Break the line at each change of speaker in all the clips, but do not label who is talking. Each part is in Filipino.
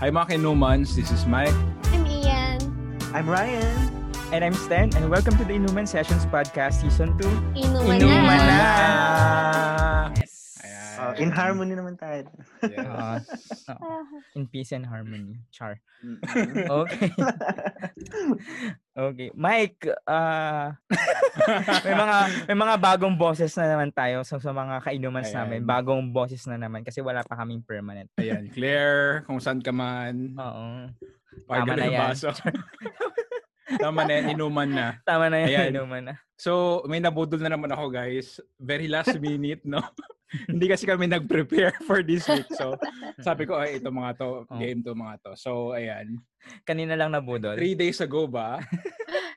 Hi mga kinumans, this is Mike.
I'm Ian.
I'm Ryan. And I'm Stan, and welcome to the Inuman Sessions Podcast Season 2.
Inuman,
Inuman
na.
na.
Yes!
Ayan.
Oh, in harmony naman tayo.
Yeah.
Ah,
Ah,
in peace and harmony. Char. Okay. okay. Mike, ah, may mga may mga bagong bosses na naman tayo so, sa mga kainumans namin.
Ayan.
Bagong bosses na naman kasi wala pa kaming permanent.
Ayan, Claire, kung saan ka man.
Oo.
Pakinggan
tama na
ng
yan.
baso. Tama na yan, inuman na.
Tama na
Ayan.
yan, inuman ah. na.
So, may nabudol na naman ako guys. Very last minute, no? Hindi kasi kami nag-prepare for this week. So, sabi ko, ay, ito mga to,
Oh.
game to mga to. So, ayan.
Kanina lang nabudol.
Three days ago ba?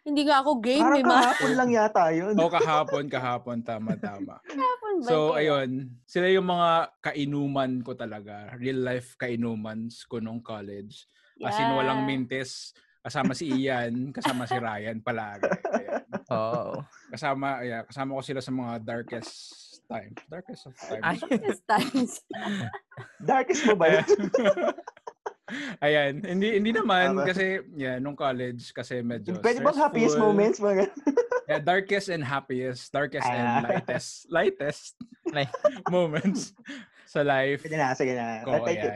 hindi nga ako game,
Parang
di ba?
kahapon lang yata yun.
O Oh, kahapon, kahapon, tama, tama.
Kahapon ba
So,
kayo?
ayun. Sila yung mga kainuman ko talaga. Real life kainumans ko nung college. As in,
Yeah.
walang mintes. Kasama si Ian, kasama si Ryan palagi. Ayan.
Oo.
Kasama, ayan, kasama ko sila sa mga darkest time. Darkest of times.
Ay,
Yes, times.
Darkest mo ba yun?
Ayan. Hindi, hindi naman.
Tama.
Kasi, yeah, nung college, kasi medyo
Pwede bang happiest
stressful.
moments? Mga
Yeah, darkest and happiest. Darkest
Ah.
and lightest. Lightest
Like-
moments sa life.
Pwede na, sige na.
Oo,
I'll take it.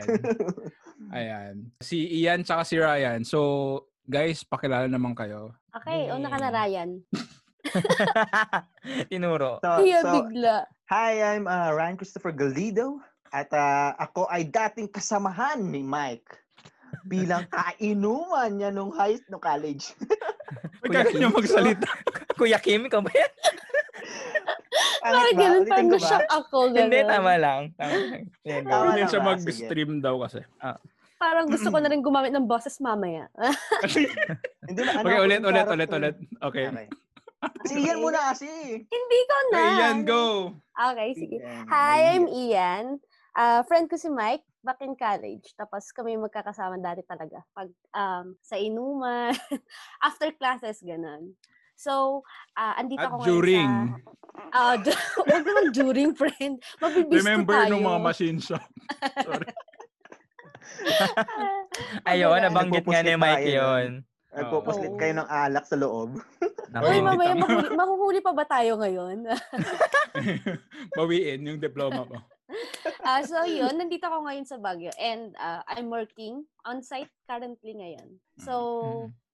Mm. Ayan. Si Ian tsaka si Ryan. So, guys, pakilala naman kayo.
Okay, una ka na,
Mm.
Yeah.
Ryan.
tinuro.
so,
Kaya
Ah, so,
bigla.
hi, I'm uh, Ryan Christopher Galido. At uh, ako ay dating kasamahan ni Mike bilang kainuman niya nung high nung college.
Huwag
Kuya
ka ganyan
Kim.
magsalita.
Kuya Kim, ikaw ba yan?
Parang ganun pa,
Ulitin ko ba?
na-shock ako. Ganun.
Hindi, tama lang. Tama lang. ah, Sige, go.
Tama.
Ganyan siya
ba?
mag-stream daw kasi. Ah,
Parang gusto ko na rin gumamit ng boses mamaya.
Hindi na, ano,
okay, ulit, ulit,
parang-
ulit, ulit. Okay.
Okay. Si Ian muna kasi.
Hindi ko na.
Okay, Ian, go!
Okay, sige. Hi, I'm Ian. Ah, friend ko si Mike back in college. Tapos kami magkakasama dati talaga. Pag um, sa inuman, after classes, ganun. So, ah, andito
At
ako
during.
ngayon sa... Ah, du- Huwag naman during, friend. Mabibisto
Remember
tayo.
nung mga machine shop.
Ah,
Ayaw,
wala.
nabanggit nga ni
Nagpupuslit
Mike
tayo
yun.
Nagpupuslit
Oo.
kayo ng alak sa loob.
Naku,
Uy,
hindi
mamaya
kami-
mahuhuli, mahuhuli pa ba tayo ngayon?
Bawiin yung diploma mo.
Ah, so yun, nandito ako ngayon sa Baguio and ah, I'm working on-site currently ngayon.
Mm-hmm.
So,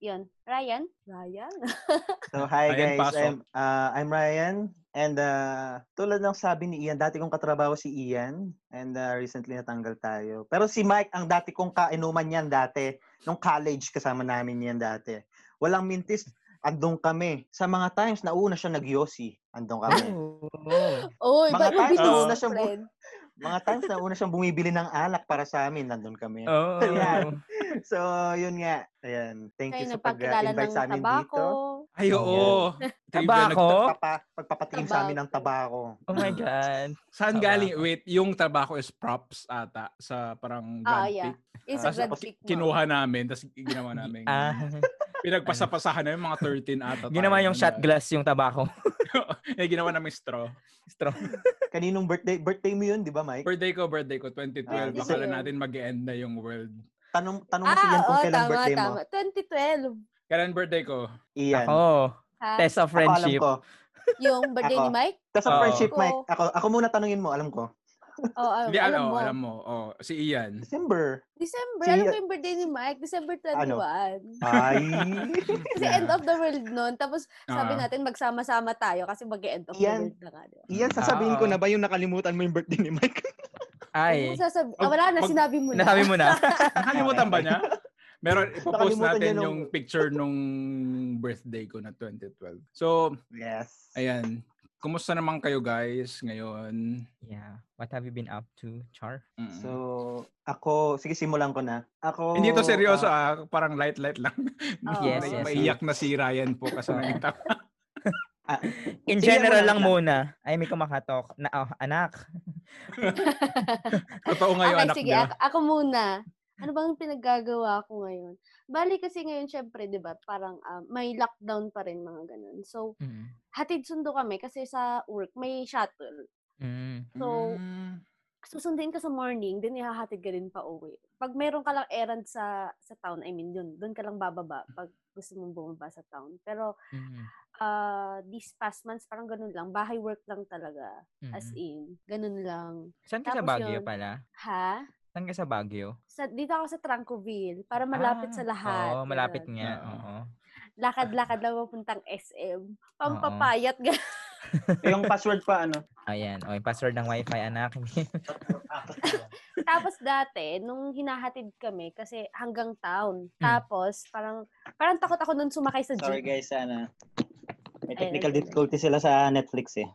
yun. Ryan? Ryan?
So,
Ayan,
hi guys.
pasok.
I'm, uh, I'm Ryan. And uh, tulad ng sabi ni Ian, dati kong katrabaho si Ian. And uh, recently natanggal tayo. Pero si Mike, ang dati kong kainuman yan dati. Nung college, kasama namin yan dati. Walang mintis, andong kami. Sa mga times, nauna siya nag-yossi. Andong kami.
Oo.
Oy, ba't
Mga tayo,
mabilis
na
na
siya bu-
friend?
mga times, nauna siyang bumibili ng alak para sa amin. Nandun kami.
Oh.
Oo.
Ayan. So, yun nga. Ayan. Thank
Kayo
you sa pag-invite
ng
sa amin
tabako.
dito.
Ay, oo.
Tabako?
Papa, pagpapatingin sa amin ng tabako.
Oh my God.
Saan galing?
Tabako.
Wait, yung tabako is props ata sa parang grad
Ah, yeah.
pick.
Is
Tapos
a red
ako
pick mo.
Kinuha namin, tapos ginawa namin.
Ah,
Pinagpasapasahan namin mga 13 ata. tayo
ginawa yung
nun,
shot
ah.
glass yung tabako.
eh, ginawa namin straw.
Strong.
Kaninong birthday? Birthday mo yun, di ba, Mike?
Birthday ko, birthday ko, 2012.
Ah,
isa
Akala
yun.
natin mag-end na yung world.
Tanong, tanong mo
Ah,
si Ian kung
oo,
kailan
tama,
birthday
tama.
mo.
2012.
Kailan birthday ko?
Ian.
Ako.
Ha?
Test of
Ako alam
friendship.
ko.
Yung birthday ni
Ako.
Mike?
Test of
Oo.
friendship,
Ako.
Mike. Ako, ako muna tanungin mo, alam ko.
Oo, alam,
Hindi,
alam
alam,
mo.
alam mo. Oh, si Ian.
December.
December,
Si-
alam ko yung birthday ni Mike? December 21.
Ano? Ay.
Kasi
Yeah.
end of the world noon. Tapos sabi
Ah.
natin magsama-sama tayo kasi mag-end of the
Yan.
world na nga. di ba?
Ian, sasabihin
Ah.
ko na ba yung nakalimutan mo yung birthday ni Mike?
Huwag
Ay.
mo
Pag-
sasabi- Ah, wala na,
pag-
sinabi mo na.
Nasabi mo na.
Nakalimutan ba niya? Meron, ipopost
Nakalimutan niya
natin
nung-
yung picture nung birthday ko na 2012. So,
yes.
ayan. Kumusta naman kayo guys ngayon?
yeah. What have you been up to, Char?
Mm.
So, ako, sige, simulan ko na. Ako,
Hindi to seryoso ah,
ah,
parang light-light lang.
Oo.
Yes,
May-
yes,
Maiyak na si Ryan po kasi
Oh.
Oo.
nakita ko.
In
Sige,
general
wala
lang
na.
muna. Ay, may kumakatok. Na, oh, anak.
Totoo nga yung
okay,
anak
sige,
niya.
ah, ako, ako muna. Ano bang pinaggagawa ko ngayon? Bali kasi ngayon, syempre, di ba, parang um, may lockdown pa rin mga ganun. So,
Mm.
hatid sundo kami kasi sa work, may shuttle.
Mm.
So,
Mm.
susundin ka sa morning, then ihahatid ka rin pa uwi. Pag meron ka lang errand sa sa town, I mean yun, doon ka lang bababa pag gusto mong bumaba sa town. Pero
Mhm.
uh, these past months, parang ganun lang. Bahay work lang talaga.
Mhm.
As in, ganun lang.
Saan ka sa
tapos
Baguio
yun.
pala?
Ha?
Saan ka sa Baguio?
Sa, dito ako sa Trancoville para malapit
Ah,
sa lahat.
Oo, malapit
Ganun.
nga.
Oo.
Oo.
Lakad-lakad lang mapuntang SM. Pampapayat. ganun.
ah, Yung password pa, ano?
Ayan. O, yung password ng wifi, anak.
Tapos dati, nung hinahatid kami, kasi hanggang town.
Mm.
Tapos, parang, parang takot ako nun sumakay sa jeep.
Sorry guys, sana. May technical
Ayun, ayun.
difficulty sila sa Netflix eh.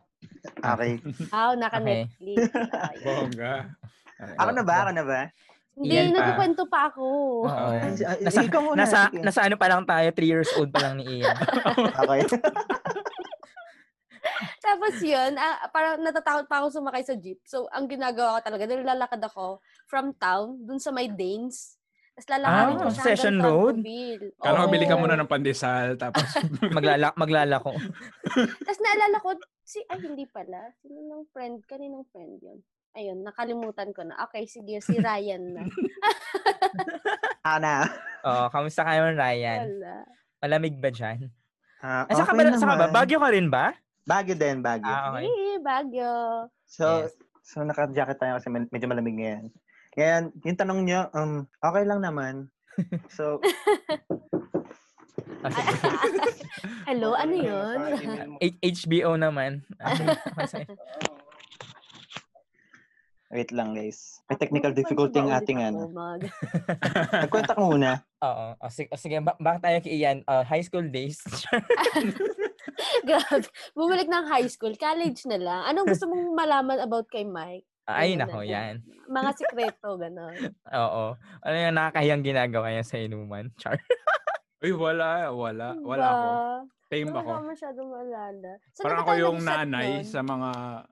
Aw,
Okay.
Okay.
naka-Netflix. Ayos.
Bongga.
Ako na ba? Ako na ba?
Hindi,
Iyan pa.
nagkukwento pa ako.
Oo.
Ay,
Ah, Nasa,
ikaw muna,
nasa,
sige.
nasa ano pa lang tayo, 3 years old pa lang ni Ian.
Okay.
Tapos yun, ah, parang natatakot pa ako sumakay sa jeep. So, ang ginagawa ko talaga, nilalakad ako from town, dun sa may Danes. Tapos lalakarin
Ah,
ko siya
Session
hanggang
Road?
Tantubil.
Kala ko
Oo.
bili ka muna ng pandesal, tapos
Maglala, maglalako.
Tapos naalala ko, si, ay hindi pala. Sino ng friend? Kaninong friend yun? Ayun, nakalimutan ko na. Okay, sige, si Ryan na.
Ana.
Oo, Oh, kamusta ka naman, Ryan?
Wala.
Malamig ba dyan?
Ah,
Ay, saka, ba, saka ba? Bagyo ka rin ba?
Bagyo din, bagyo.
Ah, okay.
Hey, Baguio.
So,
Yes.
so naka-jacket tayo kasi med- medyo malamig ngayon. Ngayon, yung tanong nyo, um, okay lang naman. So,
Ah, sige.
Hello, ano yun?
H- HBO naman. Ah, okay, sige.
wait lang guys. May technical difficulty ang ating ano. Nagkwenta ka muna.
Oo. O, sige, o, sige ba- baka tayo kay Ian. Ah, high school days.
Grabe. Bumalik ng high school, college na lang. Anong gusto mong malaman about kay Mike?
Ay,
Ayun na.
nako, yan.
Mga sikreto, gano'n.
Oo. Ano yung nakakahiyang ginagawa niya sa inuman? Char.
Uy, wala, wala, Ah, wala ako. Tame
Wala
ako.
ka masyadong maalala. So,
Parang ako yung nanay
Sa...
sa mga...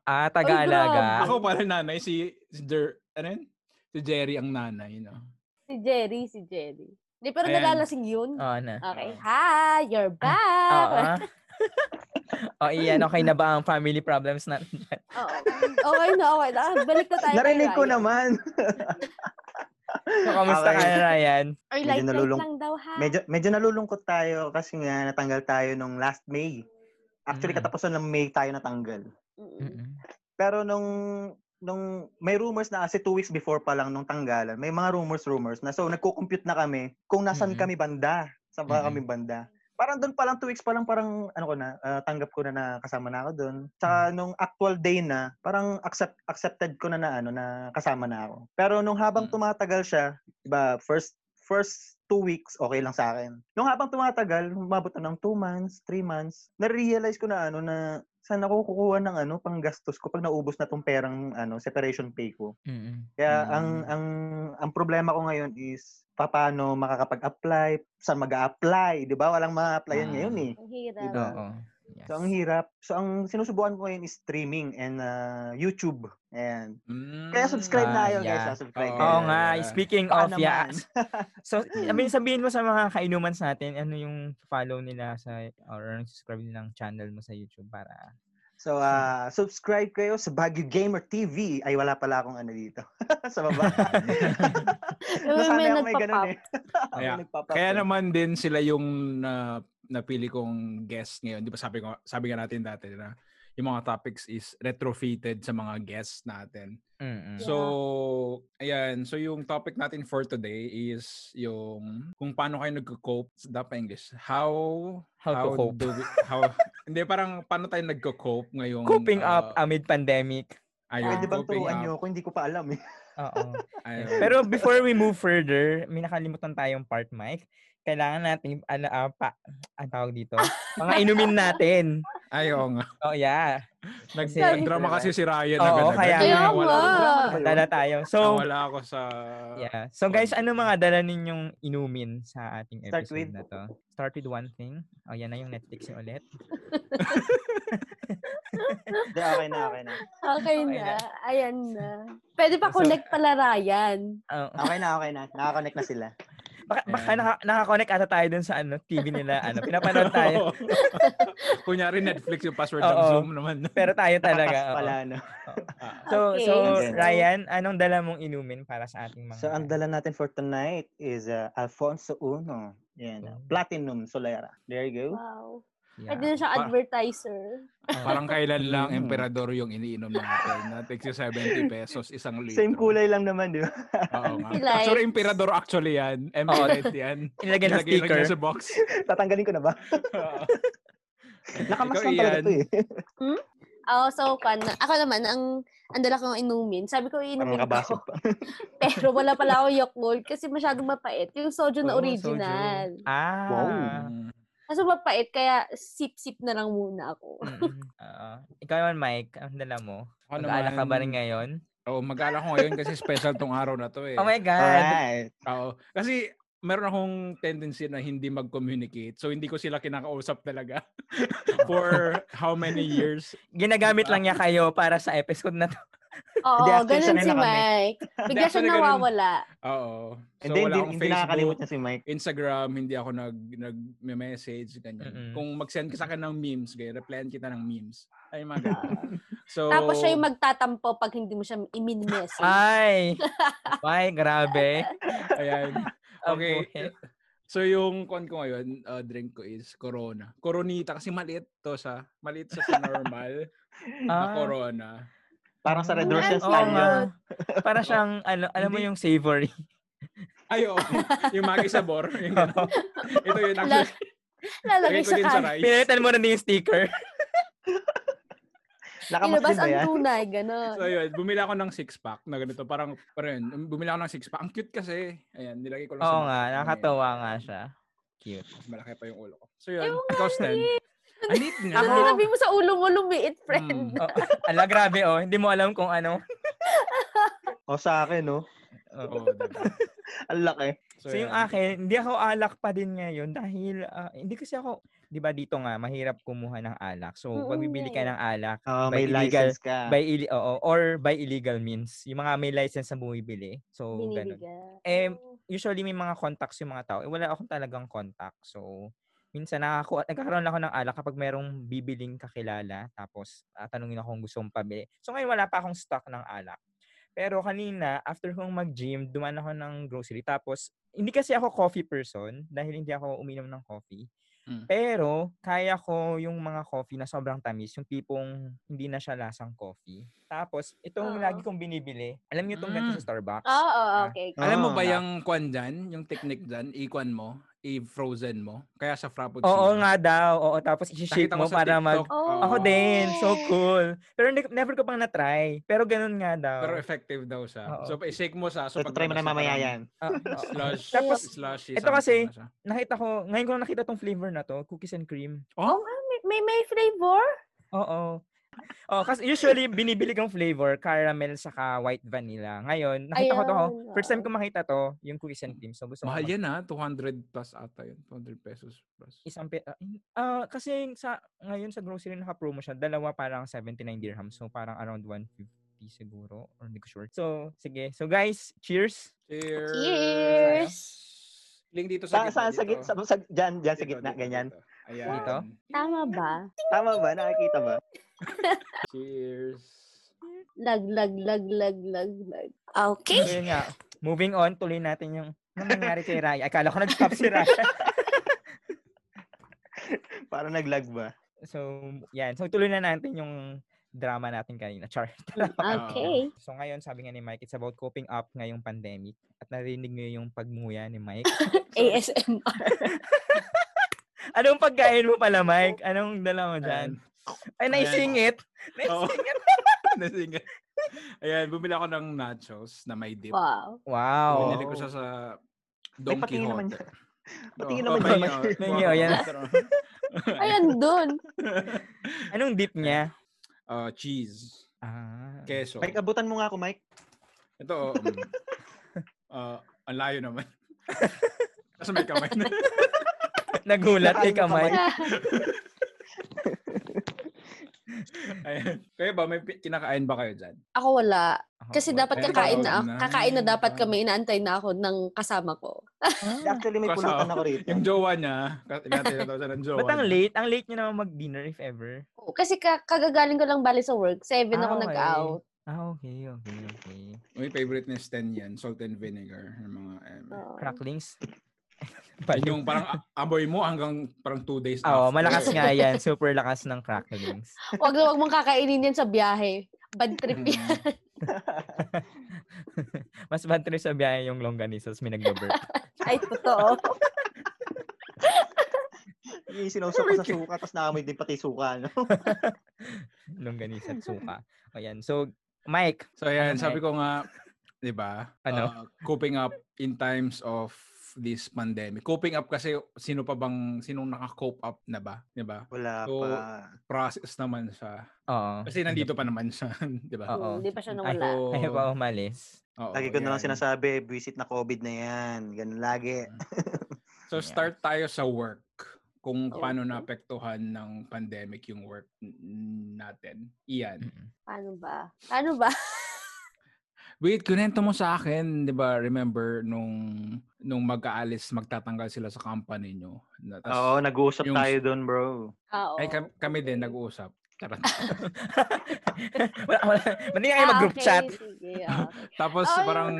Ah,
Ah.
taga-alaga.
Ako pala nanay, si... si Der... Ano yun? Si Jerry ang nanay, no?
Si Jerry, si Jerry. Hindi, pero
Ayan. Ah,
nalalasing yun.
Oo na.
Okay. Hi, you're back.
Oo. ah. o, Ian, okay na ba ang family problems natin?
Oo. Okay na, okay na. Ah, Balik na tayo. kay
Narinig ko
Ryan.
naman.
So, kamusta ka
Okay.
na, Ryan?
Or
Medyo
light, light
nalulung-
lang daw, ha?
Medyo, medyo nalulungkot tayo kasi nga natanggal tayo nung last May. Actually,
Mm.
katapusan ng May tayo natanggal.
Mm-mm.
Mm-mm.
Pero nung nung may rumors na kasi two weeks before pa lang nung tanggalan, may mga rumors rumors na so nagko-compute na kami kung
Mhm.
nasan kami banda, saan ba
Mhm.
kami banda. Parang doon pa lang two weeks pa lang parang ano ko na ah, tanggap ko na na kasama na ako doon. Sa nung actual day na, parang accept accepted ko na na ano na kasama na ako. Pero nung habang
Mm.
tumatagal siya, iba first first two weeks, okay lang sa akin. Nung habang tumatagal, umabot na ng two months, three months, narealize ko na ano na saan ako kukuha ng ano panggastos ko pag naubos na tong perang ano separation pay ko.
Mm-mm.
Kaya
Mm.
ang ang ang problema ko ngayon is paano makakapag-apply, saan mag-a-apply, 'di ba? Walang
Ah.
ma-applyan ngayon eh.
Ang hirap.
Diba?
Oo. Yes.
So ang hirap. So ang sinusubukan ko ngayon is streaming and ah, YouTube. And kaya
Hmm,
subscribe na
Ah,
kayo guys,
yeah.
ah, subscribe.
Mm, Oo.
kayo.
Oo nga,
Yeah.
speaking
Baka
of, yeah.
naman.
So, I mean, sabihin mo sa mga kainumans natin, ano yung follow nila sa, or subscribe nilang channel mo sa YouTube para,
So, ah, subscribe kayo sa Baguio Gamer TV. Ay, wala pala akong ano dito. sa baba. Nasanay
may
ako may ganun
nagpa-pop.
eh. Ako
Kaya-
nagpa-pop
Kaya
eh.
naman din sila yung na, napili kong guest ngayon. Di ba sabi, ko, sabi nga natin dati na yung mga topics is retrofitted sa mga guests natin.
mm
Yeah.
So, ayan. So, yung topic natin for today is yung kung paano kayo nag-cope sa pa English. How,
how, to cope.
do we- how, hindi, parang paano tayo nag-cope ngayong...
Coping up
uh,
amid pandemic.
ayun,
Pwede bang
coping
turuan
up.
niyo ako? Hindi ko pa alam eh.
Oo.
Ayun.
Pero before we move further, may nakalimutan tayong part, Mike. Kailangan natin, ano, ah, pa, ang tawag dito? Mga inumin natin.
Ay, oo nga.
Oh, yeah.
Nag-
Kasi-
Nag-drama kasi si Ryan.
Oo,
agad-agad.
kaya
Kaya
nga.
nawala ako-
Ah.
Dala tayo. So,
nawala ako sa...
yeah. So guys,
Oh.
ano mga dala ninyong inumin sa ating
Start
episode
with-
na to? Start with one thing. Oh, yan na yung Netflix yung ulit.
Hindi, okay na, okay na.
Okay
Okay
na.
na.
Ayan na. Pwede pa
So-
connect pala Ryan.
Oh.
Okay na, okay na. Nakakonect na sila.
Baka, baka
Ayan.
naka, nakakonect ata tayo dun sa ano, TV nila. Ano, pinapanood tayo.
Oo. Kunyari Netflix yung password ng
Oo.
Zoom naman.
Pero tayo talaga.
Takas
oo.
pala, no?
Ah,
So,
Okay,
so,
so-
Ryan, anong dala mong inumin para sa ating mga...
So, ang dala natin for tonight is uh, Alfonso Uno. Yan.
Hmm.
uh, Platinum Solera. There you go.
Wow.
Yeah. Oh,
Pwede na siya
Pa-
advertiser.
Oo.
parang kailan lang
Mm.
emperador yung iniinom natin. Na takes you 70 pesos isang litro.
Same kulay lang naman, di ba?
Oo nga.
He likes.
Actually, emperador actually yan. Emirate yan.
Inilagay ng
Ilagay lang
sticker.
niya sa box.
Tatanggalin ko na ba? Nakamask lang talaga to eh.
Oh, so fun. Ako naman, ang, ang dala kong inumin. Sabi ko, inumin
Nakabasag
ko.
pa.
Pero wala pala ako Yakult kasi masyadong mapait. Yung soju na
Oo,
original.
soju. Ah.
Wow.
Mm.
Kaso mapait, kaya sip-sip na lang muna ako.
Mm-mm. Oo. Ikaw naman, Mike, ang dala mo?
Ako
Mag-aala ka ba rin
naman-
ngayon?
Oo, mag-aala ko ngayon kasi special tong araw na to eh.
Oh my God!
Alright.
Oo. Kasi meron akong tendency na hindi mag-communicate. So, hindi ko sila kinakausap talaga for how many years.
Ginagamit lang niya kayo para sa episode na to.
Oo,
Hindi, actually,
ganun
sanay
si
na kami.
Mike. Bigla siya
Actually, ganun.
nawawala.
Oo. So,
And then,
wala
hindi,
akong
hindi
Facebook,
nakakalimot na si Mike.
Instagram, hindi ako nag, nag-message, ganyan.
Mm-mm.
Kung mag-send ka sa akin ng memes, ganyan, replyan kita ng memes. Ay, mga ganun. So,
Tapos siya yung magtatampo pag hindi mo siya i-message.
Ah, Ay! Ay, grabe.
ayan.
Ang
Okay.
buhay.
So, yung con ko ngayon, uh, drink ko is Corona. Coronita, kasi maliit to sa, maliit sa, sa normal na
Ah.
Corona.
Parang sa Red
Mm,
Roses
ang
Oo
style
cute.
yun.
nga. Para siyang, ano, alam mo
Hindi-
yung savory.
Ayo, yung magi sabor. Yung ganun. Ito yun. Actually, lagay
Lalagay
ko
sa
din sa
kan.
rice.
Pinalitan mo na din yung sticker.
Nakamask
Ilabas
din ba eh?
ang
yan?
tunay, ganun.
So yun, bumili ako ng six-pack na ganito. Parang, parang yun, bumili ako ng six-pack. Ang cute kasi. Ayan, nilagay ko lang
Oo
mouth
nga,
ko.
nakakatawa nga siya. Cute.
Mas malaki pa yung ulo ko. So yun,
Ewan
ikaw, Stan. Ang liit nga.
Ano sabi mo sa ulo mo, lumiit,
Mm.
friend?
Oh, ala, grabe oh. Hindi mo alam kung ano.
O Oh, sa akin, no?
Oo,
Oo.
diba?
Ang laki.
So, yung
yun.
akin, hindi ako alak pa din ngayon dahil ah, hindi kasi ako, 'di ba dito nga mahirap kumuha ng alak. So,
Oo
pag bibili
nga
ka
eh.
ng alak
Oh,
By
may
illegal-
license ka.
by ili- oo, or by illegal means, yung mga may license na bumibili. So, ganun.
Binibigay.
Eh, Usually may mga contacts yung mga tao. Eh, wala akong talagang contact. So, minsan nakakuha, nagkakaroon lang ako ng alak kapag merong bibiling kakilala tapos ah, tanungin ako kung gusto mong pabili. So, ngayon wala pa akong stock ng alak. Pero kanina, after kong mag-gym, dumaan ako ng grocery. Tapos, hindi kasi ako coffee person dahil hindi ako uminom ng coffee.
Mm.
Pero, kaya ko yung mga coffee na sobrang tamis. Yung tipong hindi na siya lasang coffee. Tapos,
Oo.
itong lagi kong binibili. Alam niyo itong ganito sa Starbucks?
Oo, oo,
Ah,
okay.
Ah.
Alam mo ba
Ah.
yung kwan dyan? Yung technique dyan? I-kwan mo? I-frozen mo? Kaya sa frappuccino?
Oo nga daw. Oo, tapos isi-shake
Nakita ko
mo
sa
para mag...
TikTok.
Oo.
Ako
Oo.
din. So
Yes.
cool. Pero hindi- never ko pang na-try. Pero ganun nga daw.
Pero effective daw siya.
Oo.
So, i-shake mo sa. So,
So, try mo na
paglabas
mamaya
parang
yan.
Ah, oo.
Slush.
Tapos,
slushy,
ito kasi-
something na siya.
nakita ko, ngayon ko lang nakita tong flavor na to, cookies and cream.
Oh, nga, may, may, may flavor?
Oo. Oh, kasi usually binibili kong flavor, caramel saka white vanilla. Ngayon, nakita ko to, oh.
Ayun,
first time
oo.
ko makita to, yung cookies and cream. So gusto ko
Mahal yan ha, 200 plus ata yun. 200 pesos plus.
isang pe- ah, in- ah, kasi yung sa ngayon sa grocery naka-promo siya, dalawa parang 79 dirham. So parang around 150 siguro or hindi ko sure. So sige. So guys, cheers.
Cheers!
Cheers!
Link dito sa gitna.
Sa, sa, sa,
dito.
sa, sa, dyan, dyan sa
Dito,
gitna,
dito,
ganyan.
dito. Ayan.
Dito?
Tama ba?
Tama ba? Nakakita ba?
Cheers!
Lag, lag, lag, lag, lag, lag.
So
Okay.
yun nga. Moving on, tuloy natin yung ano nangyari kay Raya. Akala ko nag-stop si Raya.
Parang naglag ba?
So, yan. So, tuloy na natin yung drama natin kanina. Char.
Okay.
So, ngayon, sabi nga ni Mike, it's about coping up ngayong pandemic. At narinig niyo yung pagmuya ni Mike.
ASMR.
Anong pagkain mo pala, Mike? Anong dala mo
Ayan.
dyan? Ay, naisingit!
Oo.
Naisingit!
Nasinga. Ayan, bumili ako ng nachos na may dip.
Wow.
Wow.
Binili ko siya sa Don
Ay, patingin naman
Quixote. Oh,
niya. Patingin
Oo,
naman
okay,
niya.
oo.
Tingin niya, yan.
Ayan dun.
Anong dip niya?
Ah, cheese,
Ah.
keso.
Mike, abutan mo nga ako, Mike.
Ito, oh, um, ah, ang layo naman. Kasi may kamay na.
Nagulat eh
Nakain mo kamay.
kamay.
Ayan. Kayo ba, may pi- kinakain ba kayo dyan?
Ako wala. Kasi dapat
Ayun,
kakain na
bawal
ako.
na.
Kakain na dapat
Bawal.
kami. Inaantay na ako ng kasama ko.
ah.
Actually, may
Kaso,
pulutan ako rito.
Yung jowa niya, natin ng jowa.
Ba't ang
niya.
late? Ang late nyo naman mag-dinner if ever.
Oo, Oh, Kasi ka- kagagaling ko lang bali sa work. Seven
Ah,
ako
okay.
nag-out.
Ah, okay, okay, okay.
May favorite ni Sten yan, salt and vinegar. Yung mga, um,
Oh.
Oo.
Cracklings.
yun yung parang a- amoy mo hanggang parang two days
Oo,
after.
malakas nga yan. Super lakas ng cracklings.
Wag na wag mong kakainin yan sa biyahe. Bad trip yan.
Mm.
Mas bad trip sa biyahe yung longganisas may nagbaburp.
Ay, totoo.
Yung sinusok ko sa suka, tapos naamoy din pati suka, no?
longganisa at suka. O yan. So, Mike,
So ayan,
Ano,
sabi ko nga, 'di ba? uh,
Ano?
coping up in times of this pandemic. Coping up kasi sino pa bang sinong naka-cope up na ba, 'di ba?
Wala
So,
pa.
Process naman siya.
oo.
Kasi nandito pa naman siya, 'di ba?
Oo.
Hindi Hmm, pa siya
Ay,
nawala.
So,
Kaya pa umalis.
oo,
Lagi ko na lang
yan.
sinasabi, visit na COVID na yan. Ganun lagi.
So
Yan.
start tayo sa work. Kung
Okay.
paano naapektuhan ng pandemic yung work n- natin. Iyan.
Mm-mm.
Paano ba? Paano ba?
Wait, kunento mo sa akin, 'di ba? Remember nung nung mag-aalis, magtatanggal sila sa company nyo. Na, tas-
Oo, nag-uusap
yung-
tayo doon, bro.
Oo.
Ay, kam- kami din nag-uusap. Charot.
wala, wala. Ba't hindi kayo
Ah,
mag-group
okay,
chat?
Sige, ah. okay.
Tapos
Ay,
parang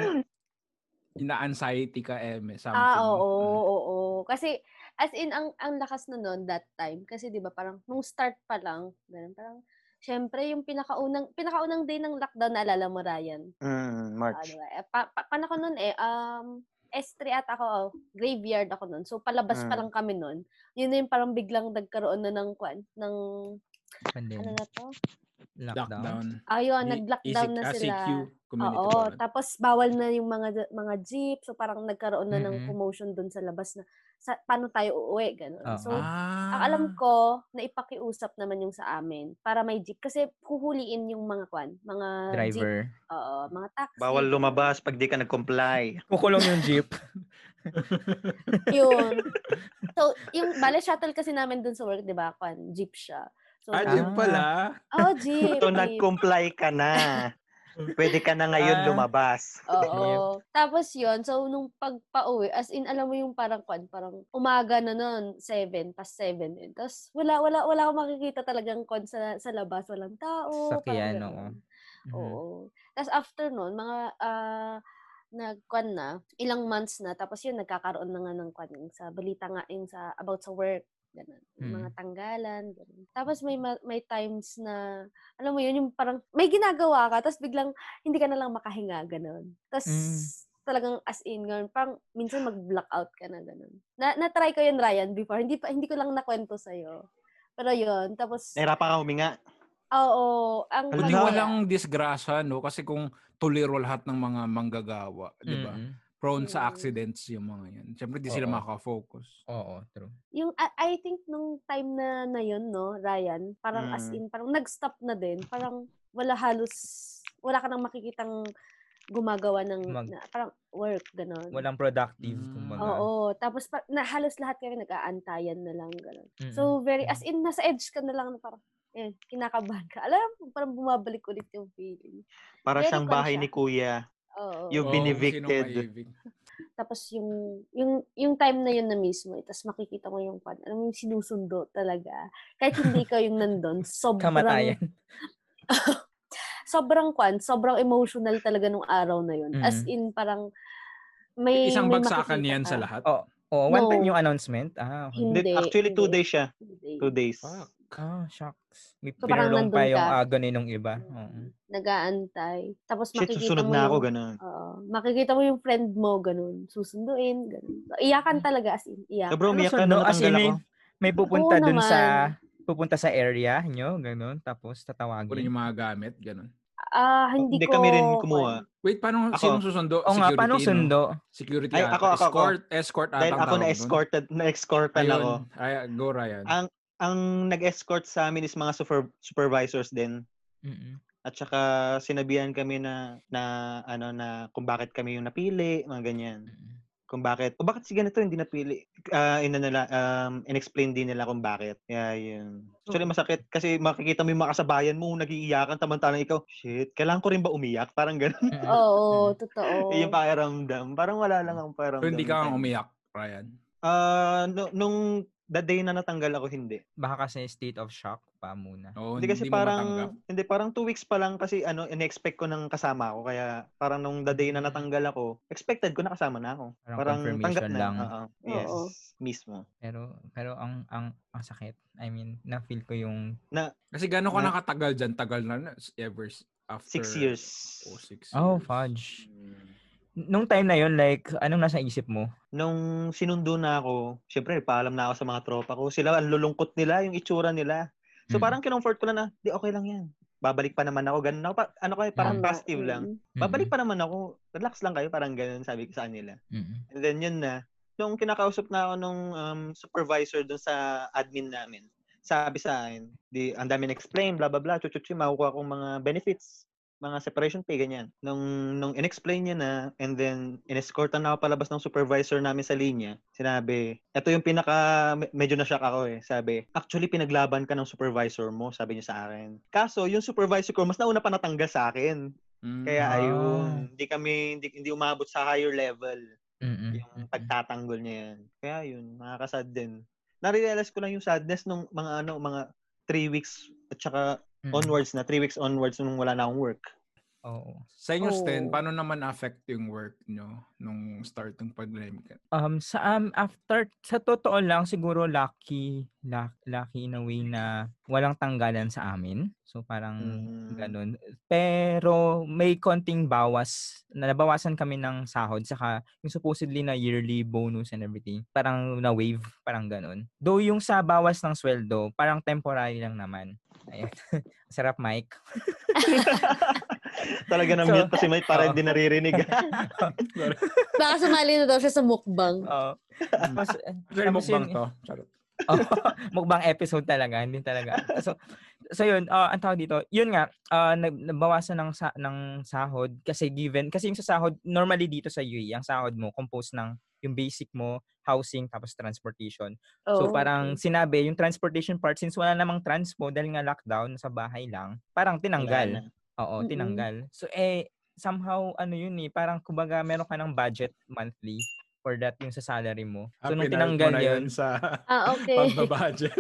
ina-anxiety ka, eh, may something.
Ah, oo, oo, oo. Kasi, as in, ang, ang lakas na noon that time. Kasi, di ba, parang, nung start pa lang, ganun, parang, syempre, yung pinakaunang, pinakaunang day ng lockdown, naalala mo, Ryan.
Mm,
Ah,
March.
di ba? Eh, pa, pa, paano ko noon eh, um, S3 at ako, oh, graveyard ako noon. So, palabas pa
Mm.
lang kami noon. Yun na yung parang biglang nagkaroon na ng, kwan, ng, ano
Pandemic.
na to?
Lockdown.
Ano, Lockdown.
Ayun,
Di-
Oh, nag-lockdown
EC-
na
ah,
sila.
CQ, community
Oo,
Oo,
tapos bawal na yung mga mga jeep. So, parang nagkaroon na ng
Mm-mm.
commotion dun sa labas na, sa, paano tayo uuwi, ganun.
Oo.
So,
Ah.
ang alam ko, na ipakiusap naman yung sa amin para may jeep. Kasi huhuliin yung mga kwan, mga jeep.
Driver.
Oo, mga taxi.
Bawal
ganun.
lumabas pag di ka nag-comply.
Kukulong yung jeep.
Yun. So, yung bale shuttle kasi namin dun sa work, di ba? Kwan, jeep siya. So,
Ah,
Ah.
jeep pala.
Oh, jeep.
So,
jeep.
nag-comply ka na. Pwede ka na ngayon
Ah.
lumabas.
Oo. Tapos yun, so nung pagpa-uwi, as in, alam mo yung parang kwan, parang umaga na nun, 7, past 7 din. Tapos wala, wala, wala akong makikita talagang kwan sa, sa labas, walang tao. parang
Sakyan,
ganun.
oo.
Mm-hmm.
Oo. Tapos after nun, mga, ah, nagkwan na, ilang months na, tapos yun, nagkakaroon na nga ng kwan, yung sa balita nga, yung sa, about sa work, ganun.
Mm-hmm.
Yung mga tanggalan, ganun. Tapos may, ma- may times na, alam mo yun, yung parang, may ginagawa ka, tapos biglang, hindi ka na lang makahinga, ganun. Tapos,
Mm.
Mm-hmm.
talagang as in ganun, parang minsan mag-blackout ka na ganun. Na, na-try ko yun, Ryan, before. Hindi pa, hindi ko lang nakwento sa'yo. Pero yun, tapos, ah,
Nahirapan ka huminga.
oo, ang
Buti
Wala.
walang disgrasya, no? Kasi kung tuliro lahat ng mga manggagawa, di ba?
Mm-mm.
Prone sa
Mm.
accidents yung mga yan. Siyempre, di sila
Oo.
makaka-focus.
Oo, true.
yung I, I think nung time na na yun no Ryan parang as
Mm.
in parang nag-stop na din parang wala halos wala ka nang makikitang gumagawa ng
Mag-
na, parang work ganon
Walang productive,
Mm.
kumbaga.
oo tapos pa, na halos lahat kami nag-aantayan na lang ganon
Mm-mm.
so very
Mm.
as in nasa edge ka na lang na parang eh, kinakabahan ka. Alam mo, parang bumabalik ulit yung feeling.
Para
Very
siyang bahay
conscious.
ni kuya.
Oo.
Oo,
Yung binevicted.
sinong maivig?
Tapos yung, yung, yung time na yun na mismo, eh, tapos makikita mo yung pan, alam mo yung sinusundo talaga. Kahit hindi ka yung nandun, sobrang,
Kamatayan.
sobrang kwan, sobrang emotional talaga nung araw na yun. As
Mm.
in, parang, may,
Isang
may
bagsakan
Eh, makikita
yan sa
ka.
lahat.
Oo, oh, one time
No.
yung announcement. Ah, okay.
Hindi.
Actually, two
hindi,
days siya.
hindi.
Two days.
Fuck.
Ah, shucks. May
So, parang
pinulong pa
nandun
yung
ka.
agony nung iba. Oo.
Nag-aantay. Tapos
Shit,
makikita
susunod
mo
na ako,
yung,
ganun.
oo, makikita mo yung friend mo, ganun. Susunduin, ganun. So,
Mm.
iyakan talaga, as in, iyak.
So, bro, umiyak
Ano,
ka
sundo?
na
Ano, As in,
natanggal
may,
ako.
may pupunta
Oo
dun sa,
naman.
pupunta sa area nyo, ganun, tapos
Kunin
tatawagin.
yung mga gamit, ganun.
Ah, hindi,
Hindi
ko...
kami rin kumuha.
Wait, paano,
Ako.
sinong susundo?
O nga, paano
no?
sundo?
Security
Ay,
ata.
ako, ako, ako.
escort, escort ata. ang
Dahil ako
tawag doon.
na-escorted, na-escortan
Ayun.
ako. Ah,
Ay, go, Ryan.
Ang- Ang nag-escort sa amin is mga super, supervisors din.
Mm-mm.
At saka sinabihan kami na na ano na kung bakit kami yung napili, mga ganyan.
Mm-mm.
kung bakit. O bakit si ganito hindi napili. Ah, ina nila, um, inexplain din nila kung bakit. Yeah, yun. Actually, masakit kasi makikita mo yung makasabayan mo nagiiyakan tamantalang ikaw, shit, kailangan ko rin ba umiyak? Parang ganun.
Oo, totoo.
Eh, yung pakiramdam. Parang wala lang ang pakiramdam.
So, hindi ka
na
nga
time.
umiyak, Ryan.
Ah, nu- nung the day na natanggal ako, hindi.
Baka kasi state of shock pa muna.
Oo,
Hindi
hindi,
kasi
mo
parang,
matanggap.
hindi, parang two weeks pa lang kasi ano, in-expect ko ng kasama ako. Kaya parang nung the day na natanggal ako, expected ko na kasama na ako.
Parang
Parang
confirmation
tanggap na.
lang.
Oo. yes,
Oo.
mismo.
Pero pero ang ang ang sakit. I mean, na feel ko yung
Kasi gano'n ka
Na-
nakatagal dyan? Tagal na na, ever s- after...
Six years.
Oh, six
Oh,
years.
fudge. Nung time na yon like anong nasa isip mo?
Nung sinundo na ako, syempre, paalam na ako sa mga tropa ko. Sila, ang lulungkot nila, yung itsura nila. So
Mm.
parang kinomfort ko lang na, di okay lang yan. Babalik pa naman ako. Ganun ako. Pa- ano ko, eh, parang
Tama,
positive lang.
mm.
Babalik pa naman ako. Relax lang kayo. Parang ganun sabi ko sa kanila.
Mm-mm.
And then yun na, nung kinakausap na ako nung um, supervisor dun sa admin namin, sabi sa akin, di, ang dami explain blah, blah, blah, chuchuchi, makukuha akong mga benefits, mga separation pay, ganyan. Nung, nung in-explain niya na, and then in-escortan na ako palabas ng supervisor namin sa linya, sinabi, eto yung pinaka, me- medyo na-shock ako eh, sabi, actually pinaglaban ka ng supervisor mo, sabi niya sa akin. Kaso, yung supervisor ko, mas nauna pa natanggal sa akin.
Mm.
Kaya
Ah.
ayun, hindi kami, hindi, hindi umabot sa higher level
Mm-mm.
yung pagtatanggol niya yan. Kaya yun, nakakasad din. Narealize ko lang yung sadness nung mga ano, mga three weeks at saka
Mm-mm.
onwards na, three weeks onwards nung wala na akong work.
Oo.
Sa inyo, Sten,
Oh.
paano naman affect yung work nyo nung start ng pandemic?
Um, sa um, after, sa totoo lang, siguro lucky, luck- lucky in a way na walang tanggalan sa amin. So, parang
Mm.
ganun. Pero, may konting bawas. na Nabawasan kami ng sahod. Saka, yung supposedly na yearly bonus and everything. Parang na-wave. Parang ganun. Though, yung sa bawas ng sweldo, parang temporary lang naman. Ayan. Sarap, Mike.
Talaga na
So,
mute pa si Mike para
oo.
hindi naririnig.
Baka sumali na daw siya sa mukbang.
Oo. Tapos,
Actually,
Tapos
mukbang
yun-
to. Charot.
Oo. mukbang episode talaga, hindi talaga. So so yun, ah, ang tawag dito, yun nga, ah, nag- nabawasan ng sa- ng sahod kasi given kasi yung sa sahod normally dito sa UAE, ang sahod mo composed ng yung basic mo, housing tapos transportation.
Oo.
So parang sinabi yung transportation part since wala namang transpo dahil nga lockdown sa bahay lang, parang tinanggal.
Wala na.
Oo,
Mm-mm.
tinanggal. So, eh, somehow, ano yun eh, parang kumbaga meron ka ng budget monthly for that yung sa salary ah, mo. So, nung
Happy na
tinanggal
mo na
yun,
sa
Ah, okay.
pagbabudget.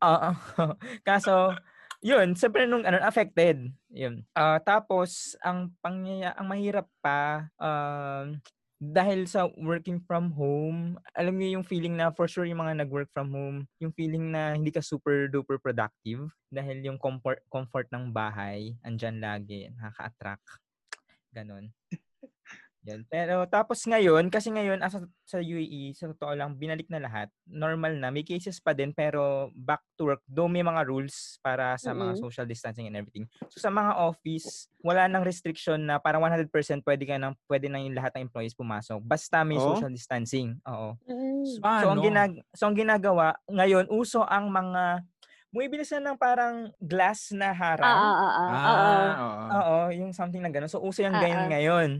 oo. kaso, yun, siyempre nung ano, affected. Yun. Ah, tapos, ang pangyaya, ang mahirap pa, um, dahil sa working from home, alam niyo yung feeling na for sure yung mga nag-work from home, yung feeling na hindi ka super duper productive dahil yung comfort, comfort ng bahay, andyan lagi, nakaka-attract. Ganon. Yan. Pero tapos ngayon, kasi ngayon as sa UAE, sa totoo lang, binalik na lahat. Normal na. May cases pa din, pero back to work. Though may mga rules para sa mga
Mm-mm.
social distancing and everything. So sa mga office, wala nang restriction na parang 100% pwede ka nang, pwede na yung lahat ng employees pumasok. Basta may
Oo.
social distancing. Oo.
Mm.
So, so ang
Paano?
ginag so ang ginagawa ngayon uso ang mga bumibilis na ng parang glass na harang.
Ah, ah, ah, ah, ah, ah.
oo.
Oo, yung something na gano'n. So, uso yung
Ah,
ganyan
ah.
ngayon.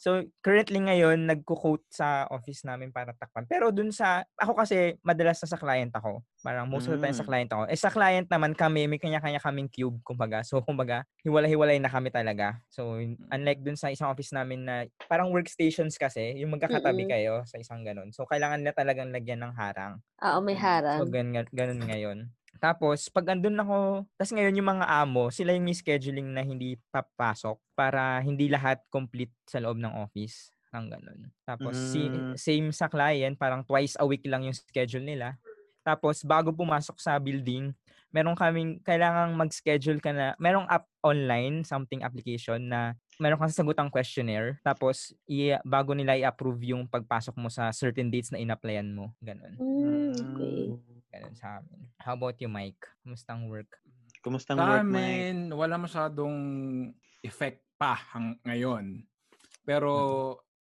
So, currently ngayon, nagko-quote sa office namin para takpan. Pero dun sa, ako kasi, madalas na sa client ako. Parang most of the time sa
Mm.
client ako. Eh, sa client naman kami, may kanya-kanya kaming cube, kumbaga. So, kumbaga, hiwalay-hiwalay na kami talaga. So, yun- unlike dun sa isang office namin na, parang workstations kasi, yung magkakatabi
Mm-mm.
kayo sa isang ganun. So, kailangan na talagang lagyan ng harang.
Oo, may
So,
harang.
ganun, nga- ganun ngayon. Tapos, pag andun ako, tas ngayon yung mga amo, sila yung may scheduling na hindi papasok para hindi lahat complete sa loob ng office. Ang ganun. Tapos, si-
Mm.
same sa client, parang twice a week lang yung schedule nila. Tapos, bago pumasok sa building, meron kaming, kailangang mag-schedule ka na, merong app online, something application na meron kang sasagutang questionnaire. Tapos, i- bago nila i-approve yung pagpasok mo sa certain dates na in-applyan mo. Ganun.
Mm, okay.
Hmm.
Ganun sa amin. How about you, Mike? Kumusta ang work?
Kumusta ang
Sa
work, Mike?
amin, wala masyadong effect pa hang ngayon. Pero,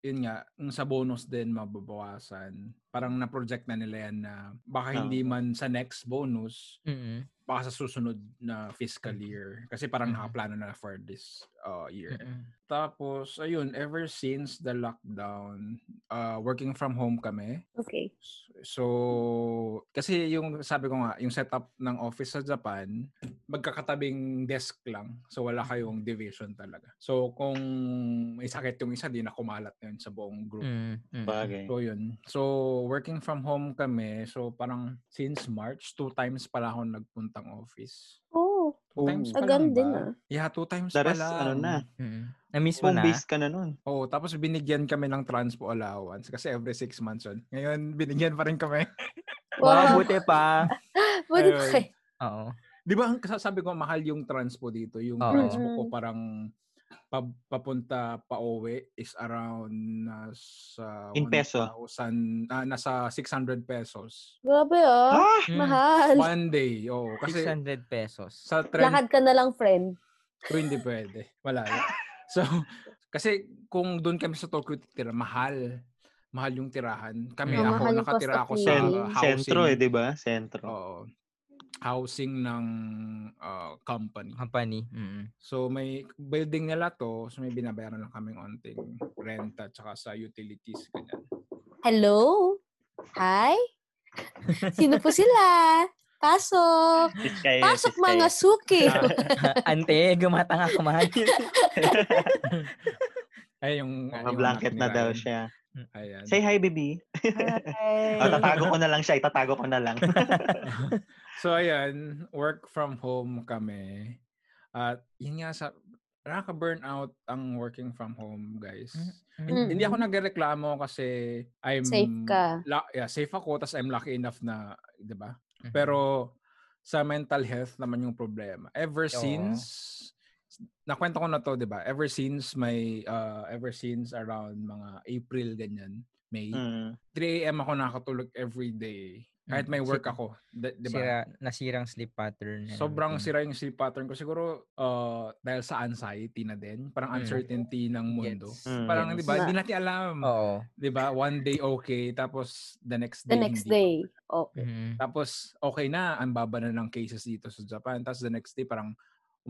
yun nga, yung sa bonus din mababawasan. Parang na-project na nila yan na baka hindi
Oo.
man sa next bonus,
mm
baka sa susunod na fiscal year. Kasi parang
Mhm.
nakaplano na for this uh, year.
Mm-mm.
Tapos, ayun, ever since the lockdown, uh, working from home kami.
Okay.
So, kasi yung sabi ko nga, yung setup ng office sa Japan, magkakatabing desk lang. So, wala kayong division talaga. So, kung may sakit yung isa, di na kumalat na yun sa buong group.
Hmm. Mm-mm.
Bagay.
So, yun. So, working from home kami. So, parang since March, two times pala ako nagpuntang office.
Oh,
Two
Ano
times pa lang
agam din
ba?
ah.
Yeah, two times
The
pala.
rest, ano na.
Mm-mm. Na-miss mo
Home
na?
base ka na nun.
Oo, tapos binigyan kami ng transpo allowance kasi every six months yun. Ngayon, binigyan pa rin kami.
Wow.
Wow, buti pa.
Buti
Ayun.
pa kayo.
Oo.
Di ba, ang sabi ko, mahal yung transpo dito. Yung
Oo.
transpo ko
Mm.
parang pa- papunta pa uwi is around nasa
In peso?
1,000, ah, nasa 600 pesos.
Grabe ah.
Ah!
Mm.
Mahal.
One day, oo. Kasi
600 pesos.
sa trend
Lakad ka na lang, friend.
So, hindi pwede. Wala. na. So, kasi kung doon kami sa Tokyo titira, mahal. Mahal yung tirahan. Kami,
Mm.
ako,
Mahal yung cost
nakatira
of
ako sa
living.
uh, housing.
Sentro eh, di ba?
Oh.
Sentro.
Oo. housing ng uh, company.
Company. Mm-mm.
So, may building nila to. So, may binabayaran lang kaming onting renta tsaka sa utilities. Ganyan.
Hello? Hi? Sino po sila? Pasok!
It's kayo,
Pasok
it's
mga suki!
Ante, gumatang ako man.
Ay, yung...
Mga
yung
blanket
anak ni
na daw
Ryan.
siya.
Ayan.
Say hi, baby.
Hi.
O, tatago ko na lang siya. Itatago ko na lang.
so ayan, work from home kami. At yun nga sa nakaka-burnout ang working from home, guys.
Hmm.
Mm.
Hindi ako nagreklamo kasi I'm
Oh, Safe ka.
la- yeah, safe ako tas I'm lucky enough na, 'di ba? Pero sa mental health naman yung problema. Ever
Oo.
since nakwento ko na to, 'di ba? Ever since may uh, ever since around mga April ganyan, May,
Mm.
3 AM ako nakakatulog every day. Kahit
Mm.
may work
Si-
ako, 'di di ba?
Sira, nasirang sleep pattern. and
Sobrang
everything.
sira yung sleep pattern ko. Siguro uh, dahil sa anxiety na din. Parang
Mm.
uncertainty ng mundo.
Gets.
Mm.
Parang, di ba,
Yes.
hindi natin alam.
Oo.
Di ba, one day okay, tapos the next
The
day
next
hindi.
day. Oh.
Mhm.
Tapos okay na, ang baba na ng cases dito sa Japan. Tapos the next day, parang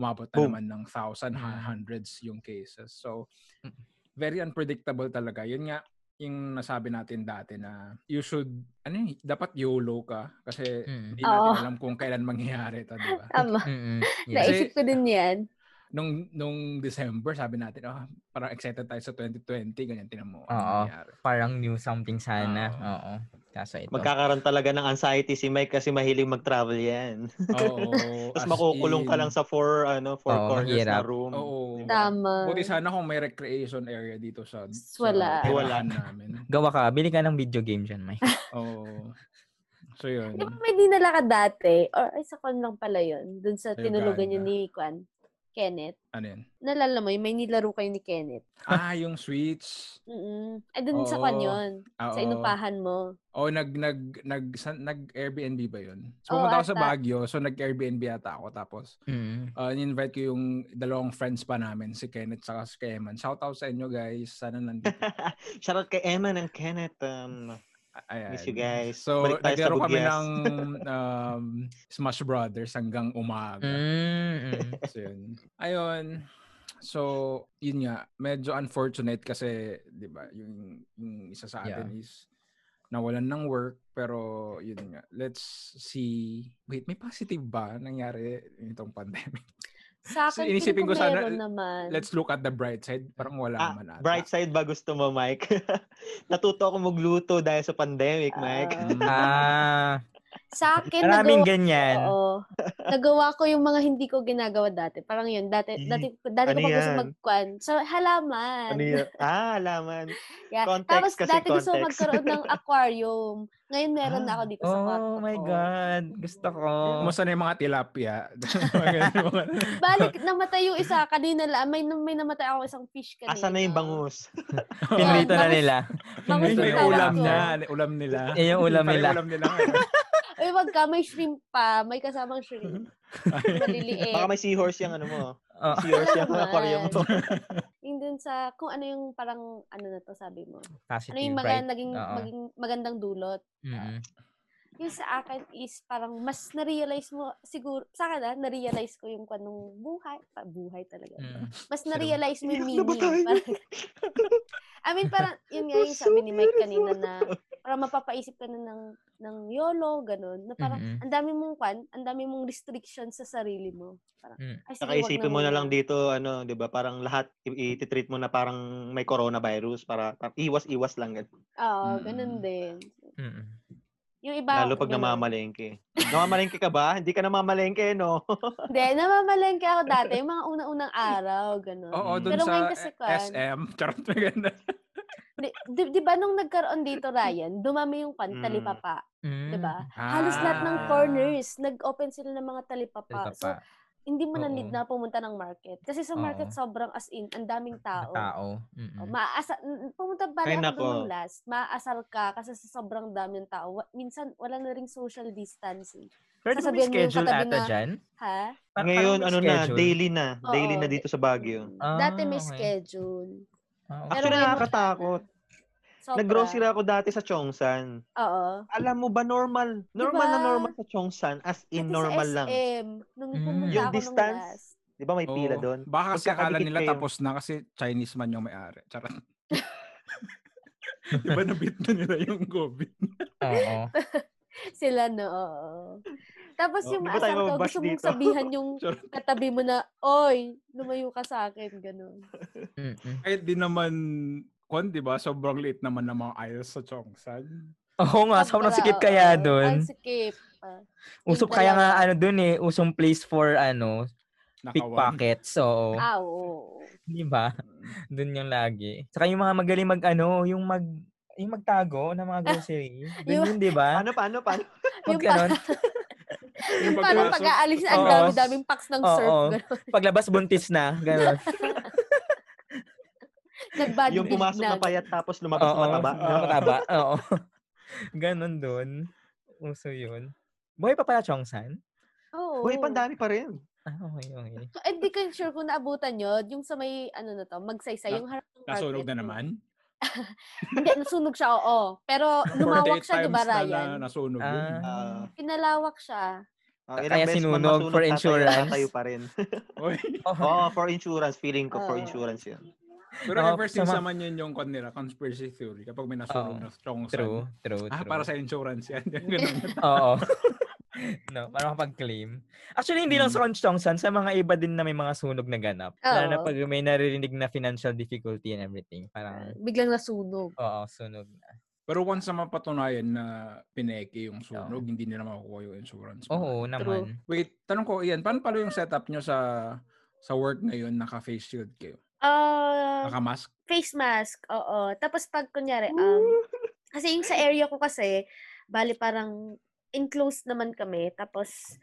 umabot na
Boom.
naman ng thousand,
Mm.
hundreds yung cases. So,
Mm.
very unpredictable talaga. Yun nga, yung nasabi natin dati na you should, ano yun, dapat YOLO ka. Kasi
Mm.
hindi natin
Oo.
alam kung kailan mangyayari ito, di ba?
Tama.
Mm-mm.
Kasi-
Yes.
Naisip ko din yan.
nung nung December, sabi natin, ah, parang excited tayo sa 2020, ganyan tinan mo. ano
Oo.
nangyari.
Parang new something sana.
Oo.
Oo. Kaso
Diba?
ito.
Magkakaroon talaga ng anxiety si Mike kasi mahiling mag-travel yan.
Oo.
Tapos
as
makukulong ka
in,
lang sa four ano four
Oo,
corners na
mahirap.
room.
Oo.
Tama.
Buti sana kung may recreation area dito sa, sa
Wala.
tirahan
Wala.
namin.
Gawa ka. Bili ka ng video game dyan, Mike.
Oo. So yun.
Di ba may dinala ka dati? Or ay, sa con lang pala yun. Dun sa
Ayuganda.
tinulugan niyo ni Kwan. Kenneth.
Ano yun?
Nalala mo, yun, may nilaro kayo ni Kenneth.
Ah, yung switch.
Mm-mm. Mm. Ay, dun sa
Oo.
Kwan yun.
Ah, oo.
Sa inupahan mo.
Oo, nag, nag, nag, san- nag Airbnb ba yun? So,
Oo,
pumunta ako sa
ata.
Baguio. So, nag Airbnb ata ako. Tapos,
Mm.
Uh, in-invite ko yung dalawang friends pa namin, si Kenneth saka si Keman. Shout out sa inyo guys. Sana nandito.
Shoutout kay Emma and Kenneth. Um,
Ayan.
Miss you guys.
So,
Balik tayo sa
naglaro kami
Bugyas.
ng um, Smash Brothers hanggang
Hmm.
umaga.
Mm.
So, yun. Ayun. So, yun nga. Medyo unfortunate kasi, di ba, yung, yung isa sa atin is nawalan ng work. Pero, yun nga. Let's see. Wait, may positive ba nangyari nitong pandemic?
Sa
So,
akin,
inisipin ko
feeling ko
sana,
meron naman.
Let's look at the bright side. Parang wala
Ah,
man ata.
bright side ba gusto mo, Mike? Natuto ako magluto dahil sa pandemic, Mike.
Mm.
Ah,
Ah.
sa akin,
Maraming
nagawa,
ganyan.
oo, nagawa ko yung mga hindi ko ginagawa dati. Parang yun, dati,
Ih,
dati, dati
ano
ko pa gusto
yan?
magkwan. So, halaman.
ano yun? Ah, alaman.
Yeah.
Context
Tapos,
kasi,
dati gusto ko
context.
magkaroon ng aquarium. Ngayon, meron na
Ah,
ako dito sa kwarto
Oh my
ko.
God. Gusto ko.
Kumusta na yung mga tilapia? Ganun ba?
Balik, namatay yung isa. Kanina lang, may, may namatay ako isang fish kanina.
Asan na yung bangus?
Pinrito na
Bangus-
nila.
bangus
Pinrito
May
yung
na nila.
ulam
ko.
na. Ulam nila.
Eh, yung ulam
Pare,
nila.
ulam nila. ngayon.
Uy, wag ka, may shrimp pa. May kasamang shrimp. Maliliit.
Baka may seahorse yung ano mo.
Oo.
Ah.
Seahorse yung
Alaman.
aquarium mo.
Yung dun sa, kung ano yung parang, ano na to sabi mo. Ano
Positive,
yung mga
right?
naging,
Oo.
maging- magandang dulot.
Mm-mm.
Yung sa akin is parang mas na-realize mo, siguro, sa akin ah, na-realize ko yung kanong buhay, pa, buhay talaga.
Mm.
Mas
Sure.
na-realize mo yung
Iyak na ba
meaning.
tayo?
Parang, I mean, parang, yun nga yung sabi ni Mike kanina na, parang mapapaisip ka na ng, ng YOLO, ganun, na parang,
Mm-mm.
ang dami mong kwan, ang dami mong restrictions sa sarili mo. Parang,
Mm.
ay, sige,
Saka
wag
isipin mo na
muna.
lang dito, ano, di ba, parang lahat i- ititreat mo na parang may coronavirus para, para iwas-iwas lang. ganun.
Mm.
Oo, ganun din.
Mm-mm.
Yung iba,
Lalo pag
ganun.
namamalengke. namamalengke ka ba? Hindi ka namamalengke, no?
Hindi, namamalengke ako dati. Yung mga unang-unang araw, ganun.
Oo,
Mm.
dun
Pero ngayon
sa
kasi,
eh,
Kwan.
SM. Charot na ganda.
Di, di- di ba nung nagkaroon dito, Ryan, dumami yung kwan,
Mm.
talipapa.
Mm.
Diba? Halos lahat ng
Ah.
corners, nag-open sila ng mga talipapa.
Talaga
So,
pa.
hindi mo na
Oo.
need na pumunta ng market. Kasi sa market,
Oo.
sobrang as in, ang daming tao.
Tao. Tao. Mm, Mm-mm.
Oh, maasa n- pumunta ba ako
Ay, nako.
doon nung last? Maasar ka kasi sa sobrang dami ng tao. Wa- Minsan wala na ring social distancing.
Pero di ba may
sasabihin mo yung
schedule
katabi
ata
na-
dyan?
Ha?
Pa-
Ngayon,
parang may
ano na,
schedule.
daily na. Daily
Oo,
na
di-
dito sa Baguio.
Mm. Dati may
Ah, okay.
schedule.
Ah, okay.
Pero
Actually,
ngayon,
nakakatakot.
Sobra.
Nag-grocery ako dati sa Chongsan.
Oo.
Alam mo ba, normal. Normal na
Diba?
normal sa Chongsan. As in,
Dati
normal
sa
lang.
SM, nung
Mm.
pumunta
Yung
ako
distance,
nung last.
Di ba may pila
Oo.
doon?
Baka kasi akala
Pagkakadikit
nila
kayo.
tapos na kasi Chinese man yung may-ari. Charot. Iba na beat na nila yung COVID.
Oo.
Sila, no, oo. Tapos
Oo,
yung
Oh, di ba
asal
tayo
ko,
mababash
gusto mong
dito?
sabihan yung
Charot.
katabi mo na, Oy, lumayo ka sa akin, ganun.
Mm-mm.
Kahit di naman, kwan, di ba? Sobrang liit naman ng mga idols sa Chongsan.
Oo nga, sobrang sikip kaya
doon.
doon.
Ang oh. sikip. Ah. yung
Usop kaya
dalawa.
nga ano doon eh, usong place for ano,
Nakawan.
pickpockets. So,
Ah, oo.
di ba? Doon yung lagi. Saka yung mga magaling mag ano, yung mag yung magtago ng mga grocery.
Yung-
Doon yun, di ba?
Paano, paano, paano?
Pag
Yung pa-
ganun,
Yung parang
pagpasok.
pag-aalis na ang
Oo.
dami-daming packs ng
Oo.
surf. ganun.
paglabas buntis na, ganun.
Nag-body
Yung
build
pumasok
na.
na payat tapos
Oo,
lumabas na mataba.
Oo.
Mataba, oo. ganun doon. Uso yun. Buhay pa pala Chongsan?
Oo.
Uy, pandami pa rin.
Ah, okay, okay.
Eh, di ko sure kung naabutan yun. Yung sa may, ano na to, magsaysay.
Na-
Yung harap ng
Nasunog
market,
na
no?
naman.
Hindi, nasunog siya, oo. Pero lumawak
48
siya, di ba,
times na na
Ryan?
nasunog yun. eh.
Ah,
Ah.
Pinalawak siya.
Ah,
Kaya
beses man
sinunog
masunog,
for
tatayo-
insurance.
Tatayo pa rin.
Oy.
oh,
Oo, for insurance. Feeling ko for
Oo.
insurance yun.
Pero
Oo,
ever since
sama-
naman yun yung kwan nila, conspiracy theory. Kapag may nasunog
Oo.
na Chongsan.
true, true, true.
Ah, para sa insurance yan. Yung ganun.
Oo. no, para makapag-claim. Actually, hindi lang sa Chongsan, sa mga iba din na may mga sunog na ganap. Lalo na
Oo.
pag may naririnig na financial difficulty and everything. Parang,
Biglang nasunog.
oo, sunog na.
Pero once na mapatunayan na pineke yung sunog, hindi nila makukuha yung insurance. mo.
Oo naman.
Wait, tanong ko, Ian, paano pala yung setup nyo sa sa work ngayon, naka-face shield kayo?
Ah,
Naka-mask?
face mask, oo. Tapos pag kunyari, um, kasi yung sa area ko kasi, bali parang enclosed naman kami. Tapos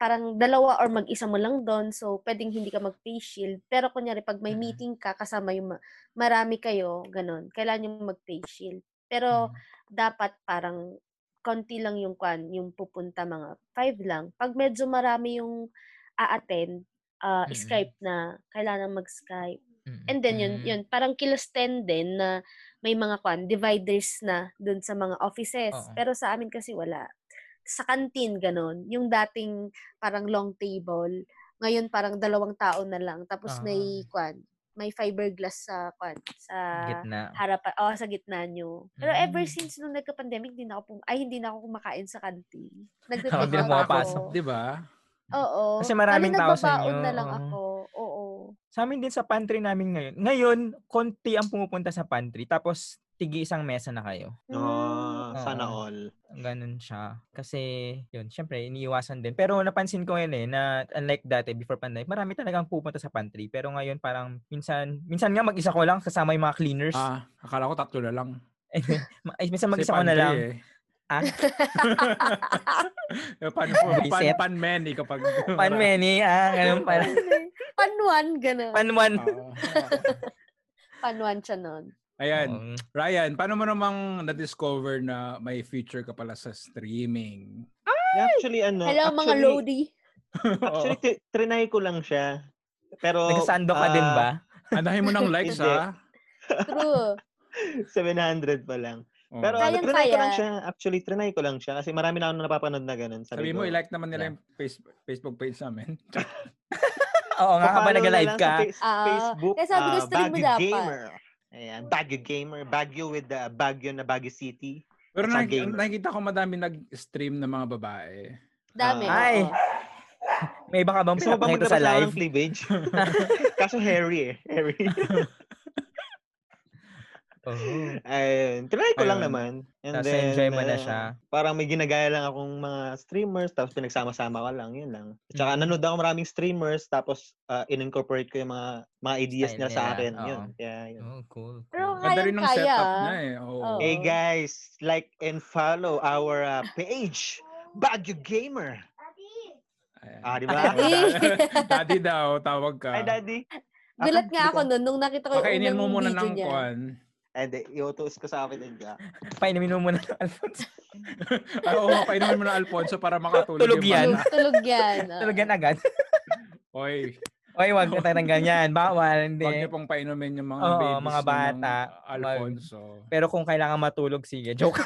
parang dalawa or mag-isa mo lang doon. So, pwedeng hindi ka mag-face shield. Pero kunyari, pag may
Mm.
meeting ka, kasama yung ma- marami kayo, ganun. Kailangan yung mag-face shield. Pero,
Mm.
dapat parang konti lang yung kwan, yung pupunta mga five lang. Pag medyo marami yung a-attend, ah,
Mm-mm.
Skype na, kailangan mag-Skype.
Mm-mm.
And then yun,
Mm.
yun parang kilos 10 din na may mga kwan, dividers na dun sa mga offices.
Oo.
Pero sa amin kasi wala. Sa canteen, ganun. Yung dating parang long table, ngayon parang dalawang tao na lang. Tapos
Ah.
may kwan, may fiberglass sa kwan, sa
Gitna.
harapan, oh, sa gitna nyo. Pero ever
Mm.
since nung nagka-pandemic, hindi na ako, pum- ay, hindi na ako kumakain sa kantin.
Ako
Nagpe-pick up
din Oh, pumapasok.
ako.
Di ba?
Oo.
Kasi
Bali,
maraming tao sa
nagbabaon
inyo,
na lang
oo.
ako. Oo.
Sa amin din sa pantry namin ngayon. Ngayon, konti ang pumupunta sa pantry. Tapos, tigi isang mesa na kayo. Ah.
Mm.
Oh, sana
Oo.
all.
Ganun siya. Kasi, yun, syempre, iniiwasan din. Pero napansin ko ngayon eh, na unlike dati, before pandemic, marami talagang pupunta sa pantry. Pero ngayon, parang, minsan, minsan nga mag-isa ko lang kasama yung mga cleaners. Eh,
Ah, akala ko tatlo na lang.
Ma- Ay, minsan
Kasi
mag-isa ko na
pantry
lang.
Eh.
Ah,
Eh, paano po? Pan,
Reset.
pan many kapag...
pan many, ah, ganun pala.
Panwan, gano'n.
Pan one.
Oo.
Panwan siya nun.
Ayan.
Oo.
Ryan, paano mo namang na-discover na may future ka pala sa streaming?
Actually,
Oh,
ano,
Hello, mga
actually,
Lodi.
Oo.
Actually, t- trinay ko lang siya. Pero,
Nagkasando ka din
ah,
ba?
Andahin mo ng likes,
Hindi.
ha?
True.
700 pa lang.
Oo.
Pero
Kayang
ano, trinay ko
kaya.
lang siya. Actually, trinay ko lang siya. Kasi marami na ako napapanood na ganun. Sabi,
sabi mo,
ko,
i-like naman nila yung face- Facebook page namin.
Oo nga,
"Papalo
habang
na
nag-live
lang sa
ka.
face-
Ah,
Facebook,
kaya sabi ko,
ah,
stream mo
Baguio
dapat.
Gamer. Ayan, Baguio Gamer. Baguio with the Baguio na Baguio City.
Pero
Sa
nakik-
gamer.
nakikita ko madami nag-stream ng mga babae.
Dami.
Ah, ay.
oo.
May iba ka bang
Gusto mo ba
pinapakita
maglabas
sa
na ako ng
live?
cleavage? Kaso hairy eh. Hairy.
Oo.
Ayun. Trinay ko lang
Ayun.
naman. And
Tapos
then,
enjoy mo na
ah,
siya.
Parang may ginagaya lang akong mga streamers, tapos pinagsama-sama ko lang, yun lang. At
Mm.
saka nanood ako maraming streamers, tapos ah, in-incorporate ko yung mga, mga ideas
Style
nila sa
nila,
akin.
oo.
Yun. Yeah, yun.
Oh, cool.
Pero
cool.
Ganda rin ng
Kayang-kaya.
setup niya eh. Oo.
Oo.
Hey guys, like and follow our ah, page, Baguio Gamer.
Ayan.
Ah, di ba?
Daddy.
Daddy daw, tawag ka.
Ay, daddy. Ah,
Gulat
hindi
nga ako
ko-
nun nung nakita ko yung
Pakainin
unang
mo muna
video
ng
niya.
kwan.
Ay, di. eh, Iutos ko sa akin. Diba?
Painumin mo muna ng Alfonso.
Ah, Oo, kainin mo na Alfonso para makatulog
Tulog yan. ah,
bata.
Tulog, tulog yan. oo.
Talagan agad.
Oy,
Oy, wag na tayo ng ganyan. Bawal,
huwag niyo
hindi.
pong painumin yung mga
Oo,
babies
mga
ng
bata.
Alfonso.
Pero kung kailangan matulog, sige. Joke.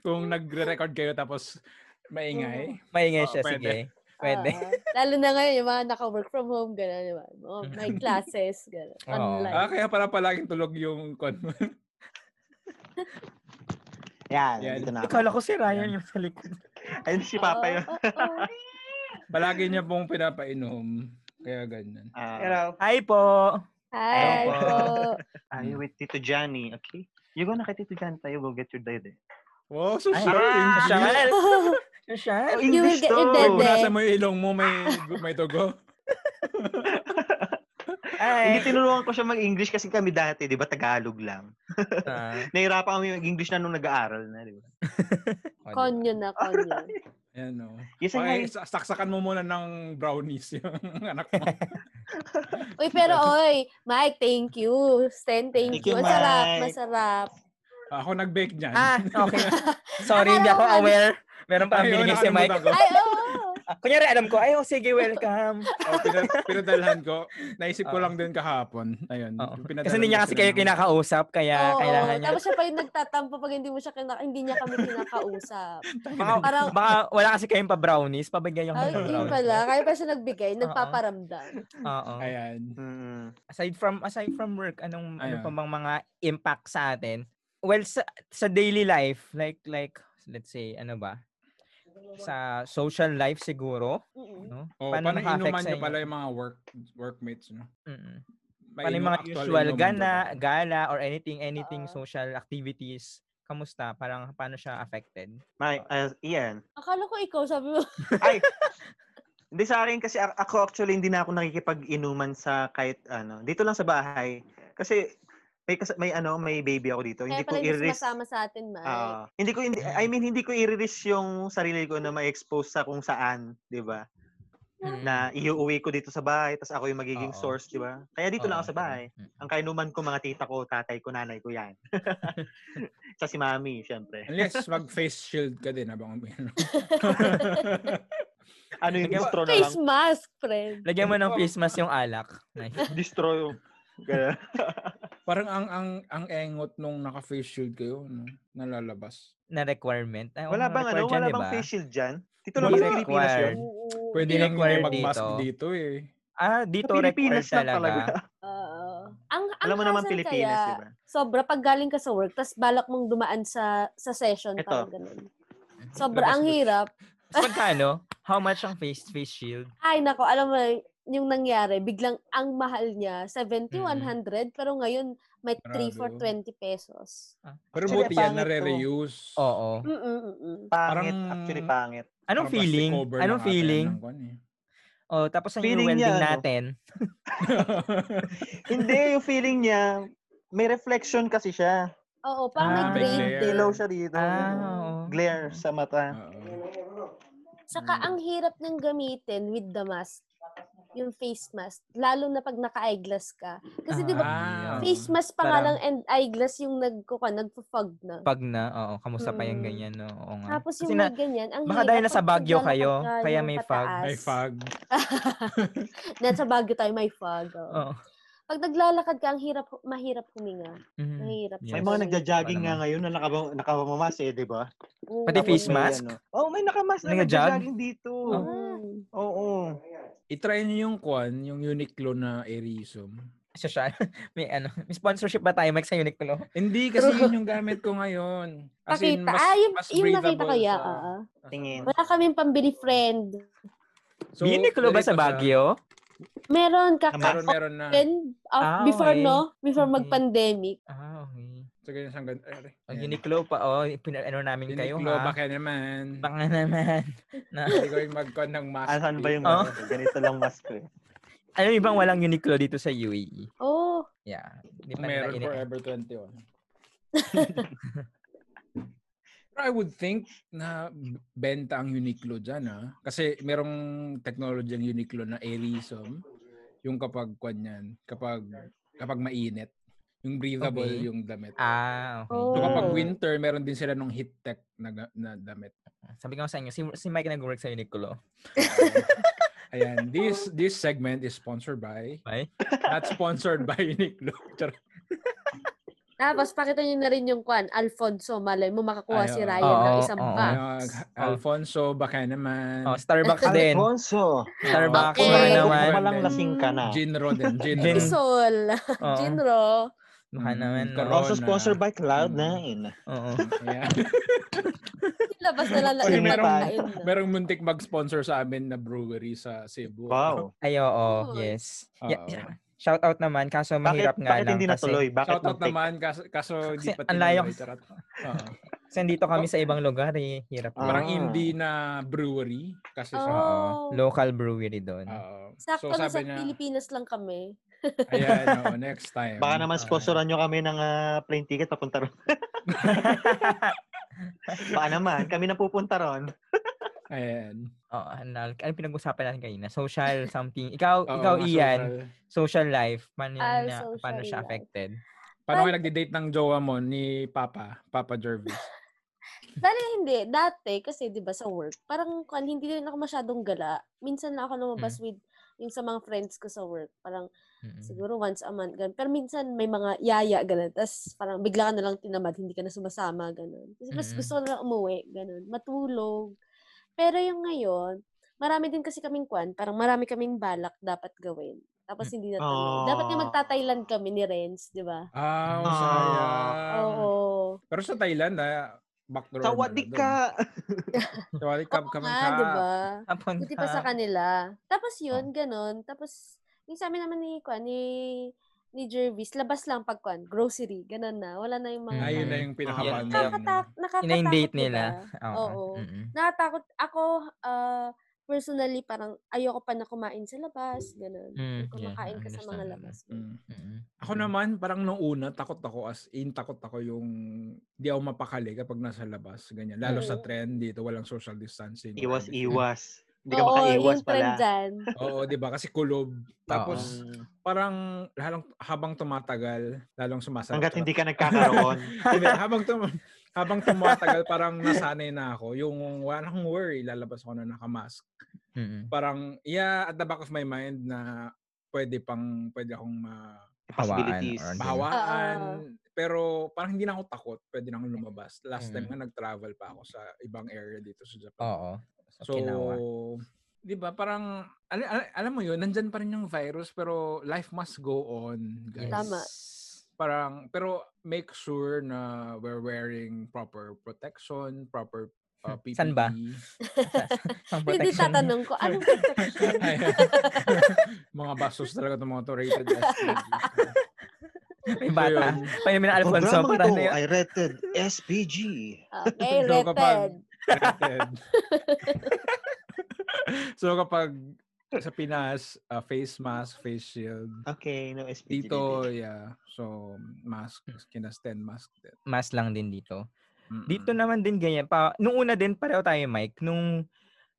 Kung nagre-record kayo tapos maingay.
Maingay
Oo,
siya,
pwede.
sige. Oh, Pwede.
Oo. lalo na ngayon, yung mga naka-work from home, gano'n, di ba? Oh, may classes, gano'n.
Oo.
Online.
Ah, kaya para palaging tulog yung kwan mo.
Yan,
Yan.
dito na ako.
Akala ko si Ryan yung sa likod.
Ayun si Papa
Oo,
yun.
oo, oo.
Palagi niya pong pinapainom. Kaya ganyan.
Ah,
Hi po!
Hi
Hello
po.
are you with Tito Johnny, okay? You gonna kay Tito Johnny tayo, go get your eh. daddy.
Wow, so
Ay, ah,
shocking.
Shal!
Oh,
Shal!
you will get eh, your
Kung
dede.
nasa mo yung ilong mo, may, may tugo.
Hindi
Ay!
tinuruan ko siya mag-English kasi kami dati, di ba, Tagalog lang.
Ah,
Nahirapan kami mag-English na nung nag-aaral na, di ba?
Konyo na, konyo.
Ayan o.
Yes,
Okay,
okay.
sa- saksakan mo muna ng brownies yung anak mo.
Uy, pero oy, Mike, thank you. Stan, thank,
Thank
you.
you,
Masarap,
Mike.
masarap.
Ako nag-bake niyan.
Ah, okay. Sorry, hindi ako
Akala ko-
aware. Meron pa
Ayun,
binigay si Mike.
nakalimutan ko.
Ay, oo.
Ah, Kunyari, alam ko, ay, oh, sige, welcome.
Oh, pina- pinadalhan ko. Naisip ko
Oo.
lang din kahapon. Ayun.
Ah. Oo.
pinadalhan
Kasi hindi
ko
niya ano. kasi
sila
kayo
ng-
kinakausap, kaya
Oo,
kailangan niya.
Tapos siya pa yung nagtatampo pag hindi mo siya kina- hindi niya kami kinakausap.
Baka,
Parang,
baka wala kasi kayong pa-brownies, pabigyan yung
ay, yun pala. Kaya pa siya nagbigay, nagpaparamdam.
Oo.
Ayan.
Mm-mm.
Aside from aside from work, anong
Ayun.
ano pa bang mga impact sa atin? Well, sa, sa daily life, like like let's say ano ba? Sa social life siguro,
Mm-mm.
no?
Oh,
Paano
paano
naka-affect
inuman
sa
niyo
inyo?
pala yung mga work workmates, no?
Mm-mm.
May
Paano yung
inu-
mga
actual
usual
inuman
gana,
ba?
gala or anything
Oo.
anything social activities? Kamusta? Parang paano siya affected?
Mike, ah, Ian.
Akala ko ikaw, sabi mo,
Ay! Hindi sa akin kasi a- ako actually hindi na ako nakikipag-inuman sa kahit ano. Dito lang sa bahay. Kasi may kas- may ano, may baby ako dito.
kaya
Hindi ko
pala hindi
i-risk.
masama sa atin, Mike.
Ah, hindi ko hindi, I mean hindi ko i-risk yung sarili ko na ma-expose sa kung saan, 'di ba? Na iuwi ko dito sa bahay tapos ako yung magiging
Oo.
source, 'di ba? Kaya dito lang ako sa bahay.
Mm.
Ang kainuman ko mga tita ko, tatay ko, nanay ko 'yan. Sa si Mami, syempre.
Unless mag-face shield ka din habang umiinom.
Ano yung
Nagawa-
distro na lang?
Face mask, friend.
Lagyan mo ng
Oh.
face mask yung alak. Nice.
Distro yung Ganun.
Parang ang ang ang engot nung naka-face shield kayo, no? Nalalabas.
na requirement. Ay, oo
Wala
nga,
bang ano?
required yan,
Wala
di
bang
ba?
face shield dyan? Dito
Wala
lang ba sa
required.
Pilipinas yun?
Oo.
Pwede lang
required
hindi mag-mask
dito.
dito eh.
Ah,
Sa
dito
Pilipinas
required
lang
talaga.
talaga.
Oo. Ang, ang
Alam mo naman
hassle
Pilipinas,
kaya,
di ba?
sobra pag galing ka sa work, tapos balak mong dumaan sa sa session,
Eto.
parang ganun. Sobra,
Labas
ang
mo.
hirap.
Mas Magkano? ano, How much ang face face shield?
Ay, nako, alam mo, yung nangyari, biglang ang mahal niya, 70,
Mm.
100, pero ngayon, may 3 for
Grabe,
20 pesos.
Pero
Actually,
buti yan,
pangit to.
nare-reuse.
Oo.
Mm-mm, mm-mm.
Pangit,
Parang-
actually pangit.
Anong
Parang plastic
feeling?
cover
Anong
lang ata yan
feeling?
ng kwan eh.
Oh, tapos ang
Feeling niya,
welding
ano?
natin.
Hindi, yung feeling niya, may reflection kasi siya.
Oo, parang may
Ah, may
grade
glare.
din.
Dilaw siya dito.
Ah,
ganun.
oo.
Glare sa mata.
Oo. Mm.
Saka ang hirap ng gamitin with the mask, yung face mask, lalo na pag naka-eyeglass ka. Kasi di ba,
Ah.
face mask pa nga
Parang-
lang and eyeglass yung nagkuka, nagpo-fog na.
Pag na, oo, kamusta pa yung
Mm.
ganyan, no? Oo nga.
Tapos
Ah, Kasi
yung
na,
may ganyan, ang
baka
hirap
dahil nasa
pag
Baguio
paglalakad
kayo,
ka
kaya
ng
Mm.
may fog.
May
pataas.
fog.
Nasa Baguio tayo may fog. oo.
oo.
Pag Pag naglalakad ka, ang hirap, mahirap huminga.
Mhm.
Mahirap.
Yes.
May
siya.
mga nagja-jogging
Wala
nga
naman.
ngayon na nakaba- nakamamas eh, di ba?
Oo.
Pati
Tapos
face
may
mask? Oh.
ano. Oo, oh, may nakamask na
Nagja-jog?
nagja-jogging dito. Oo.
Ah.
I-try nyo yung kwan, yung Uniqlo na Airism.
Siya siya. May ano, may sponsorship ba tayo Mike sa Uniqlo?
Hindi, kasi yun yung gamit ko ngayon. As in,
Pakita.
mas-
ah, yung,
mas
yung nakita ko
breathable
ya.
siya.
oo.
Tingin.
Wala kaming pambili friend.
So,
Uniqlo ba
ganito
sa Baguio?
Meron
Naman.
kaka
Meron, meron na.
friend of-
Ah,
before
okay.
no, before
Okay.
mag-pandemic.
Ah, okay.
So, ganyan siyang ganito. Ay, aray.
Ang
Ayan.
Uniqlo pa, oh, pina- ano namin kayo,
Uniqlo,
ha?
baka naman.
Baka naman. Na,
Hindi ko yung mag-con ng mask.
Asan ba yung
Oo.
mask? Ganito lang mask ko eh.
ano yung ibang walang Uniqlo dito sa UAE?
Oh,
Yeah. Hindi pa nila
Meron
ini-
forever 21. Pero I would think na b- benta ang Uniqlo dyan ha. Kasi merong technology ang Uniqlo na Airism. Yung kapag kwan yan, kapag, kapag mainit. Yung breathable
Okay.
yung damit.
Ah, okay.
So
Oh.
kapag winter, meron din sila nung heat tech na, ga- na damit.
Sabi ko nga sa inyo, si, si Mike nag-work sa Uniqlo.
Ayan. This this segment is sponsored by,
Bye.
not sponsored by Uniqlo. Charot.
tapos pakita niyo na rin yung kwan, Alfonso Malay mo makakuha
Ay,
si
oo.
Ryan ng
Oo,
isang
oo.
box.
Ayun, Alfonso, baka naman.
Ah. Oh, Starbucks
Ano?
din.
Alfonso,
Starbucks
Okay.
baka
Bakit?
naman.
Kung malang lasing ka na.
Gin Roden. Gin
Gin.
Roden.
Isol,
Oo,
Jinro.
Baka
Mm,
naman. no?
correct.
Also
Corona.
sponsored Oh, by
Mm.
Cloud9.
Oo.
Ayan.
Labas na lang
Oy,
yung
merong-
pagkain. na.
Merong muntik mag-sponsor sa amin na brewery sa Cebu.
Wow.
Ay, oo.
Yun.
Yes.
Oo.
Yeah, Shout out naman, kaso mahirap
Bakit,
nga
bakit
lang.
hindi
kasi,
natuloy? Bakit
Shoutout
muntik?
naman, kaso, kaso di
Kasi
pa
ang layo-
tinuloy, charot. Oo.
kasi dito kami sa ibang lugar, eh. Hirap.
Ah.
lang.
Parang indie na brewery. Kasi
Oo.
sa...
Oh.
Local brewery doon.
Oo. so
Sakto na sa
sabi niya,
Pilipinas lang kami.
ayan, oo, next time.
Baka naman
Okay.
sponsoran nyo kami ng ah, plane ticket papunta ron. Baka naman, kami na pupunta ron.
Ayan.
Oo, ano, ano pinag-usapan natin kanina? Social something. Ikaw,
Oo,
ikaw
nga,
Ian,
social.
social life, paano,
Ah,
na,
social
paano siya
life.
affected?
Paano kayo nagde-date ng jowa mo ni Papa? Papa Jervis.
Dali hindi. Dati, kasi di ba sa work, parang kan, hindi rin ako masyadong gala. Minsan na ako
Mm.
lumabas with yung sa mga friends ko sa work. Parang
Mm-mm.
siguro once a month. Ganun. Pero minsan may mga yaya, ganun. Tapos parang bigla ka na lang tinamad, hindi ka na sumasama, ganun. Kasi
Mm.
mas
Mm-mm.
gusto ko na lang umuwi, ganun. Matulog. Pero yung ngayon, marami din kasi kaming kwan. Parang marami kaming balak dapat gawin. Tapos hindi na tuloy. Dapat nga
Aw.
magta-Thailand kami ni Renz, di ba?
Ah,
Ah.
oh, sayang.
Oo.
Pero sa Thailand, ah, back door. na
ano,
Tawadik
doon.
ka!
Tawadik ka,
Oo
ka
nga, di ba?
Tapon
Buti pa sa
ka.
kanila. Tapos
Ah.
yun, ganun. Tapos, yung sa amin naman ni, kwan, ni, ni Jervis, labas lang pag kwan, grocery, ganun na. Wala na yung mga...
Mm.
Ayun na
Mhm.
yung pinakabanday.
Yun, yun.
Nakakatak, nakakatakot,
Ina yung date
diba?
nila.
Oo.
mm-mm.
Nakatakot. Ako, ah, personally, parang ayoko pa na kumain sa labas, ganun.
Mm,
Yung kumakain
yeah,
ka sa
understand
mga
naman.
labas.
Mm.
Mm-mm.
Ako naman, parang nung una, takot ako. As in, takot ako yung di ako mapakali kapag nasa labas. Ganyan. Lalo sa
Oo.
trend dito, walang social distancing. or
Mm.
everything.
Iwas-iwas. Hindi ka
Oo,
makaiwas
yung trend
pala.
dyan.
Oo, di ba? Kasi kulob. Tapos,
Mm.
parang lalong, habang tumatagal, lalong sumasarap.
Hanggat
Charot.
hindi ka nagkakaroon.
Hindi, habang tum habang tumatagal parang nasanay na ako yung wala akong worry lalabas ako na nakamask
Mm-mm.
parang yeah at the back of my mind na pwede pang pwede akong ma-
Hawaan
Possibilities.
or-
mahawaan
Oo.
pero parang hindi na ako takot pwede na akong lumabas last time
Mm.
nga nag-travel pa ako sa ibang area dito sa Japan
Oo. So,
So,
kinawa.
'di ba, parang al- al- alam mo 'yun, nandyan pa rin yung virus pero life must go on, guys.
Tama.
Parang pero make sure na we're wearing proper protection, proper uh, PPE.
Saan ba? Pang
Hindi
protection.
tatanong ko, anong protection?
Ayan. mga bastos talaga itong mga to rated SPG.
May bata.
So, yun.
May na Alfonso.
Programang
Parang
to
na ano yun.
ay rated SPG.
Ah, Okay,
So, kapag-
rated.
Rated. so kapag sa Pinas, uh, face mask, face shield,
Okay, no SPG.
Dito, yeah. So, mask,
Hmm.
kinastan mask din.
Mas lang din dito.
Mm-mm.
Dito naman din ganyan. Pa, nung una din, pareho tayo, Mike. Nung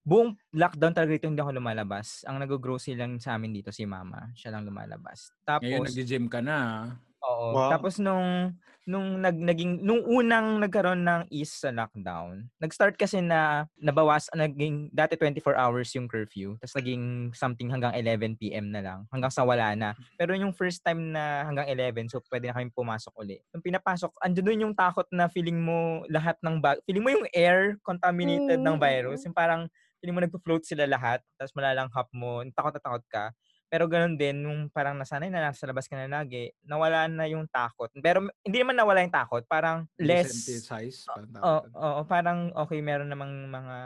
buong lockdown talaga dito hindi ako lumalabas. Ang nag-grocery lang sa amin dito si Mama. Siya lang lumalabas. Tapos,
Ngayon, nag-gym ka na. ah.
Oo.
Wow.
Tapos nung nung nag naging nung unang nagkaroon ng ease sa lockdown, nag-start kasi na nabawas naging dati 24 hours yung curfew, tapos naging something hanggang 11 PM na lang, hanggang sa wala na. Pero yung first time na hanggang 11, so pwede na kami pumasok uli. Yung pinapasok, andun doon yung takot na feeling mo lahat ng bag, feeling mo yung air contaminated
Mm.
ng virus, yung parang feeling mo nagpo-float sila lahat, tapos malalanghap mo, takot na takot ka. Pero ganun din, nung parang nasanay na nasa labas ka na lagi, nawala na yung takot. Pero m- hindi naman nawala yung takot, parang less...
Desensitize, parang
Oo,
tawag doon.
oo, parang okay, meron namang mga...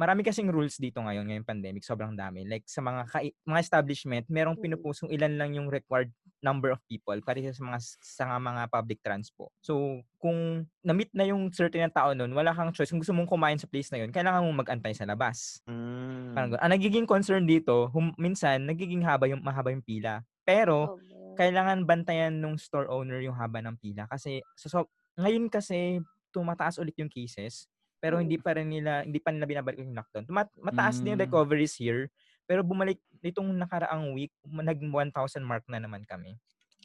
Marami kasing rules dito ngayon, ngayong pandemic, sobrang dami. Like sa mga kai- mga establishment, merong
Mm.
pinupusong ilan lang yung required number of people para sa mga sa nga mga public transport. So, kung na-meet na yung certain na tao nun, wala kang choice. Kung gusto mong kumain sa place na yun, kailangan mong magantay sa labas.
Mm.
eh. Parang ganun. Ang nagiging concern dito, hum- minsan, nagiging haba yung, mahaba yung pila. Pero, kailangan bantayan nung store owner yung haba ng pila. Kasi, so, so, ngayon kasi, tumataas ulit yung cases. Pero hindi pa rin nila, hindi pa nila binabalik yung lockdown. Tuma- mataas din yung
Mm.
recoveries here. Pero bumalik, nitong nakaraang week, ma- nag 1,000 mark na naman kami.